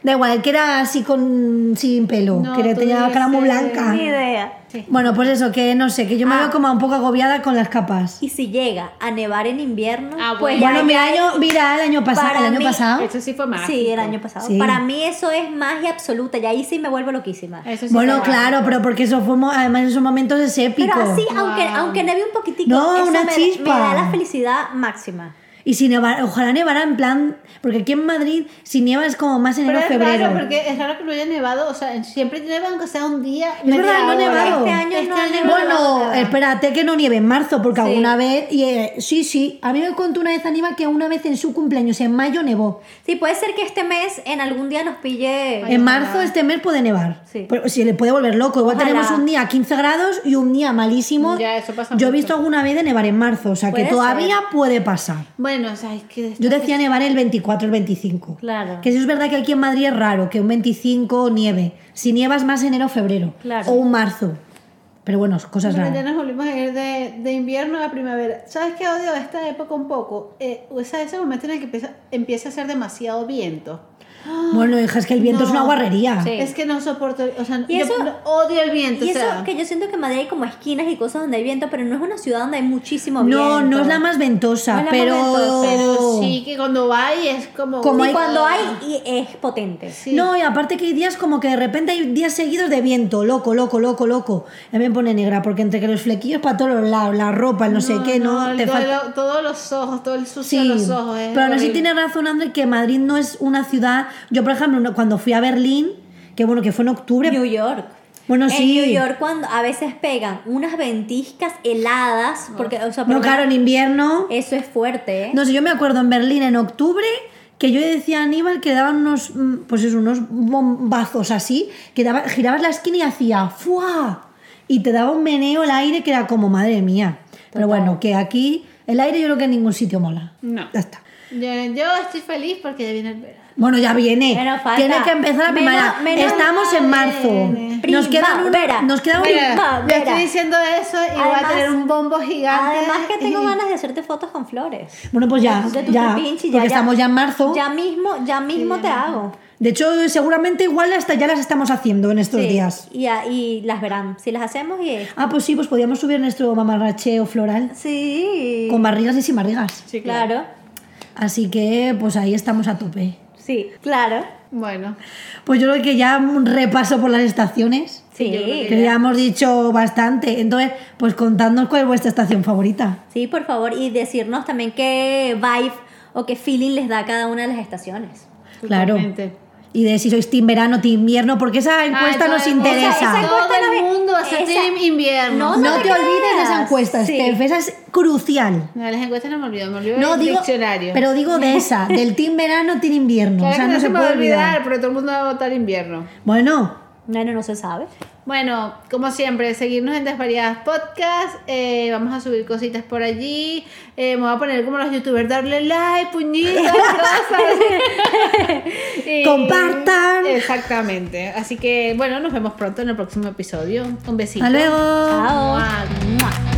[SPEAKER 1] Da igual, el que era así con sin pelo,
[SPEAKER 3] No,
[SPEAKER 1] que
[SPEAKER 3] tú
[SPEAKER 1] tenía la cara muy
[SPEAKER 3] dices,
[SPEAKER 1] blanca.
[SPEAKER 2] Ni idea.
[SPEAKER 1] Bueno, pues eso, que no sé, que yo me
[SPEAKER 2] Ah.
[SPEAKER 1] veo como un poco agobiada con las capas.
[SPEAKER 2] Y si llega a nevar en invierno,
[SPEAKER 3] Ah,
[SPEAKER 2] pues
[SPEAKER 3] bueno.
[SPEAKER 2] ya-
[SPEAKER 1] Bueno, mi año, mira, el año pasado,
[SPEAKER 2] Para
[SPEAKER 1] el año
[SPEAKER 2] mí-
[SPEAKER 1] pasado.
[SPEAKER 3] Eso sí fue más.
[SPEAKER 2] Sí, el año pasado.
[SPEAKER 1] Sí.
[SPEAKER 2] Para mí eso es magia absoluta. Y ahí sí me vuelvo loquísima.
[SPEAKER 3] Eso sí
[SPEAKER 1] Bueno,
[SPEAKER 3] fue mágico.
[SPEAKER 1] claro, pero porque eso fue, mo- además en esos momentos es épico.
[SPEAKER 2] Pero así,
[SPEAKER 3] Wow.
[SPEAKER 2] aunque, aunque neve un poquitico,
[SPEAKER 1] No,
[SPEAKER 2] eso
[SPEAKER 1] una
[SPEAKER 2] me,
[SPEAKER 1] chispa.
[SPEAKER 2] me da la felicidad máxima.
[SPEAKER 1] Y si nevara, ojalá nevara en plan, porque aquí en Madrid si nieva es como más
[SPEAKER 3] Pero
[SPEAKER 1] enero
[SPEAKER 3] es
[SPEAKER 1] febrero.
[SPEAKER 3] raro porque es raro que no haya nevado, o sea, siempre nieva aunque sea un día.
[SPEAKER 1] Es verdad,
[SPEAKER 3] media
[SPEAKER 1] no ha
[SPEAKER 3] hora.
[SPEAKER 1] nevado.
[SPEAKER 2] Este año no ha nevado
[SPEAKER 1] Bueno,
[SPEAKER 2] nada.
[SPEAKER 1] espérate que no nieve en marzo, porque
[SPEAKER 2] Sí.
[SPEAKER 1] alguna vez. Y, eh, sí, sí. A mí me contó una vez Aníbal que una vez en su cumpleaños, en mayo, nevó.
[SPEAKER 2] Sí, puede ser que este mes en algún día nos pille.
[SPEAKER 1] en marzo, este mes puede nevar.
[SPEAKER 2] Sí.
[SPEAKER 1] Pero si le puede volver loco. Igual
[SPEAKER 2] Ojalá.
[SPEAKER 1] tenemos un día a 15 grados y un día malísimo.
[SPEAKER 3] Ya, eso pasa
[SPEAKER 1] Yo he
[SPEAKER 3] mucho.
[SPEAKER 1] visto alguna vez de nevar en marzo, o sea que
[SPEAKER 2] Puede
[SPEAKER 1] todavía puede pasar.
[SPEAKER 3] Bueno, o sea, es que.
[SPEAKER 1] Yo decía nevar el 24, el 25.
[SPEAKER 2] Claro.
[SPEAKER 1] Que eso es verdad que aquí en Madrid es raro, que un 25 nieve. Si nievas más enero, febrero.
[SPEAKER 2] Claro.
[SPEAKER 1] O un marzo. Pero bueno, cosas
[SPEAKER 3] Bueno, ya
[SPEAKER 1] raras.
[SPEAKER 3] nos volvimos a ir de, de invierno a primavera. ¿Sabes qué odio esta época un poco? Eh, o sea, ese momento en el que empieza, empieza a hacer demasiado viento.
[SPEAKER 1] Bueno, hija, es que el viento es
[SPEAKER 3] No.
[SPEAKER 1] una guarrería.
[SPEAKER 2] Sí.
[SPEAKER 3] Es que no soporto, o sea,
[SPEAKER 2] Y
[SPEAKER 3] yo
[SPEAKER 2] eso-
[SPEAKER 3] no- odio el viento.
[SPEAKER 2] Y
[SPEAKER 3] o
[SPEAKER 2] eso
[SPEAKER 1] ah.
[SPEAKER 3] sea,
[SPEAKER 2] que yo siento que en Madrid hay como esquinas y cosas donde hay viento, pero no es una ciudad donde hay muchísimo viento.
[SPEAKER 1] No, no es la más ventosa,
[SPEAKER 2] No es la más
[SPEAKER 1] pero...
[SPEAKER 2] ventosa,
[SPEAKER 3] Pero sí que cuando va y es como...
[SPEAKER 1] Como
[SPEAKER 2] Y
[SPEAKER 1] hay-
[SPEAKER 2] cuando hay, y es potente.
[SPEAKER 3] Sí.
[SPEAKER 1] No, y aparte que hay días como que de repente hay días seguidos de viento, loco, loco, loco, loco. A mí me pone negra, porque entre que los flequillos para todos los lados, la ropa, el no, sé qué, no,
[SPEAKER 3] el-
[SPEAKER 1] te
[SPEAKER 3] todo
[SPEAKER 1] falta...
[SPEAKER 3] lo- todos los ojos, todo el sucio
[SPEAKER 1] Sí,
[SPEAKER 3] de los ojos.
[SPEAKER 2] ¿eh?
[SPEAKER 3] es
[SPEAKER 1] pero no sé si
[SPEAKER 3] horrible.
[SPEAKER 1] tiene razón André que Madrid no es una ciudad... Yo, por ejemplo, no- cuando fui a Berlín, que bueno, que fue en octubre...
[SPEAKER 2] New York.
[SPEAKER 1] Bueno,
[SPEAKER 2] en
[SPEAKER 1] sí.
[SPEAKER 2] New York cuando a veces pegan unas ventiscas heladas, porque, o sea, por
[SPEAKER 1] no,
[SPEAKER 2] lo
[SPEAKER 1] claro, en
[SPEAKER 2] menos
[SPEAKER 1] invierno...
[SPEAKER 2] eso es fuerte, ¿eh?
[SPEAKER 1] No sé, yo me acuerdo en Berlín en octubre que yo decía a Aníbal que daban unos, mm, pues eso, unos bombazos así, que daba- girabas la esquina y hacía ¡fua! Y te daba un meneo el aire que era como, madre mía. Pero bueno, que aquí el aire yo creo que en ningún sitio mola.
[SPEAKER 3] No.
[SPEAKER 1] Ya está.
[SPEAKER 3] Yo, yo estoy feliz porque ya viene el verano.
[SPEAKER 1] Bueno, ya viene.
[SPEAKER 2] Bueno, falta.
[SPEAKER 1] Tiene que empezar la
[SPEAKER 2] Menos-
[SPEAKER 1] primavera.
[SPEAKER 2] menos
[SPEAKER 1] Estamos
[SPEAKER 3] mal
[SPEAKER 1] en marzo.
[SPEAKER 3] viene.
[SPEAKER 1] Nos queda
[SPEAKER 2] Primavera.
[SPEAKER 1] un, nos queda un-
[SPEAKER 3] Mira,
[SPEAKER 2] Primavera.
[SPEAKER 3] yo estoy diciendo eso y voy a
[SPEAKER 2] Además-
[SPEAKER 3] tener un bombo gigante.
[SPEAKER 2] Además que tengo
[SPEAKER 3] y-
[SPEAKER 2] ganas de hacerte fotos con flores.
[SPEAKER 1] Bueno, pues ya,
[SPEAKER 2] De tu
[SPEAKER 1] ya,
[SPEAKER 2] pepinchi,
[SPEAKER 1] porque estamos ya en marzo.
[SPEAKER 2] Ya mismo, ya mismo te hago.
[SPEAKER 1] De hecho, seguramente igual hasta ya las estamos haciendo en estos
[SPEAKER 2] Sí,
[SPEAKER 1] días.
[SPEAKER 2] Y, a- y las verán. Si las hacemos y...
[SPEAKER 1] Ah, pues sí, pues podíamos subir nuestro mamarracheo floral
[SPEAKER 2] Sí.
[SPEAKER 1] con barrigas y sin barrigas.
[SPEAKER 3] Sí, claro.
[SPEAKER 2] Claro.
[SPEAKER 1] Así que, pues ahí estamos a tope.
[SPEAKER 2] Sí, claro.
[SPEAKER 3] Bueno,
[SPEAKER 1] Pues yo creo que ya un repaso por las estaciones,
[SPEAKER 2] Sí,
[SPEAKER 3] yo creo
[SPEAKER 1] que ya hemos dicho bastante. Entonces, pues contadnos cuál es vuestra estación favorita.
[SPEAKER 2] Sí, por favor, y decirnos también qué vibe o qué feeling les da cada una de las estaciones.
[SPEAKER 1] Claro.
[SPEAKER 3] Totalmente.
[SPEAKER 1] Y de si sois team verano, team invierno, porque esa encuesta
[SPEAKER 3] todo
[SPEAKER 1] nos
[SPEAKER 3] el mundo-
[SPEAKER 1] interesa.
[SPEAKER 2] Esa- esa encuesta
[SPEAKER 3] Todo el
[SPEAKER 2] la ve-
[SPEAKER 3] mundo hace
[SPEAKER 2] esa-
[SPEAKER 3] team invierno.
[SPEAKER 2] No,
[SPEAKER 1] No
[SPEAKER 2] te
[SPEAKER 1] te olvides de esa
[SPEAKER 2] creas.
[SPEAKER 1] encuesta,
[SPEAKER 2] Sí.
[SPEAKER 1] Steph, esa es crucial.
[SPEAKER 3] No, las encuestas no me olvido, me olvido
[SPEAKER 1] No
[SPEAKER 3] del
[SPEAKER 1] digo,
[SPEAKER 3] diccionario.
[SPEAKER 1] pero digo de esa, del team verano, team invierno.
[SPEAKER 3] Claro
[SPEAKER 1] o sea,
[SPEAKER 3] que
[SPEAKER 1] no se
[SPEAKER 3] me va
[SPEAKER 1] puede
[SPEAKER 3] a olvidar,
[SPEAKER 1] olvidar.
[SPEAKER 3] pero todo el mundo va a votar invierno.
[SPEAKER 1] Bueno,
[SPEAKER 2] Bueno, no se sabe.
[SPEAKER 3] Bueno, como siempre, seguirnos en Desvariadas Podcast. eh, vamos a subir cositas por allí. eh, me voy a poner como los youtubers, darle like, puñitos, cosas. Y-
[SPEAKER 1] Compartan.
[SPEAKER 3] Exactamente. Así que, bueno, nos vemos pronto en el próximo episodio. Un besito.
[SPEAKER 1] hasta luego.
[SPEAKER 2] Chao.
[SPEAKER 3] Mua, mua.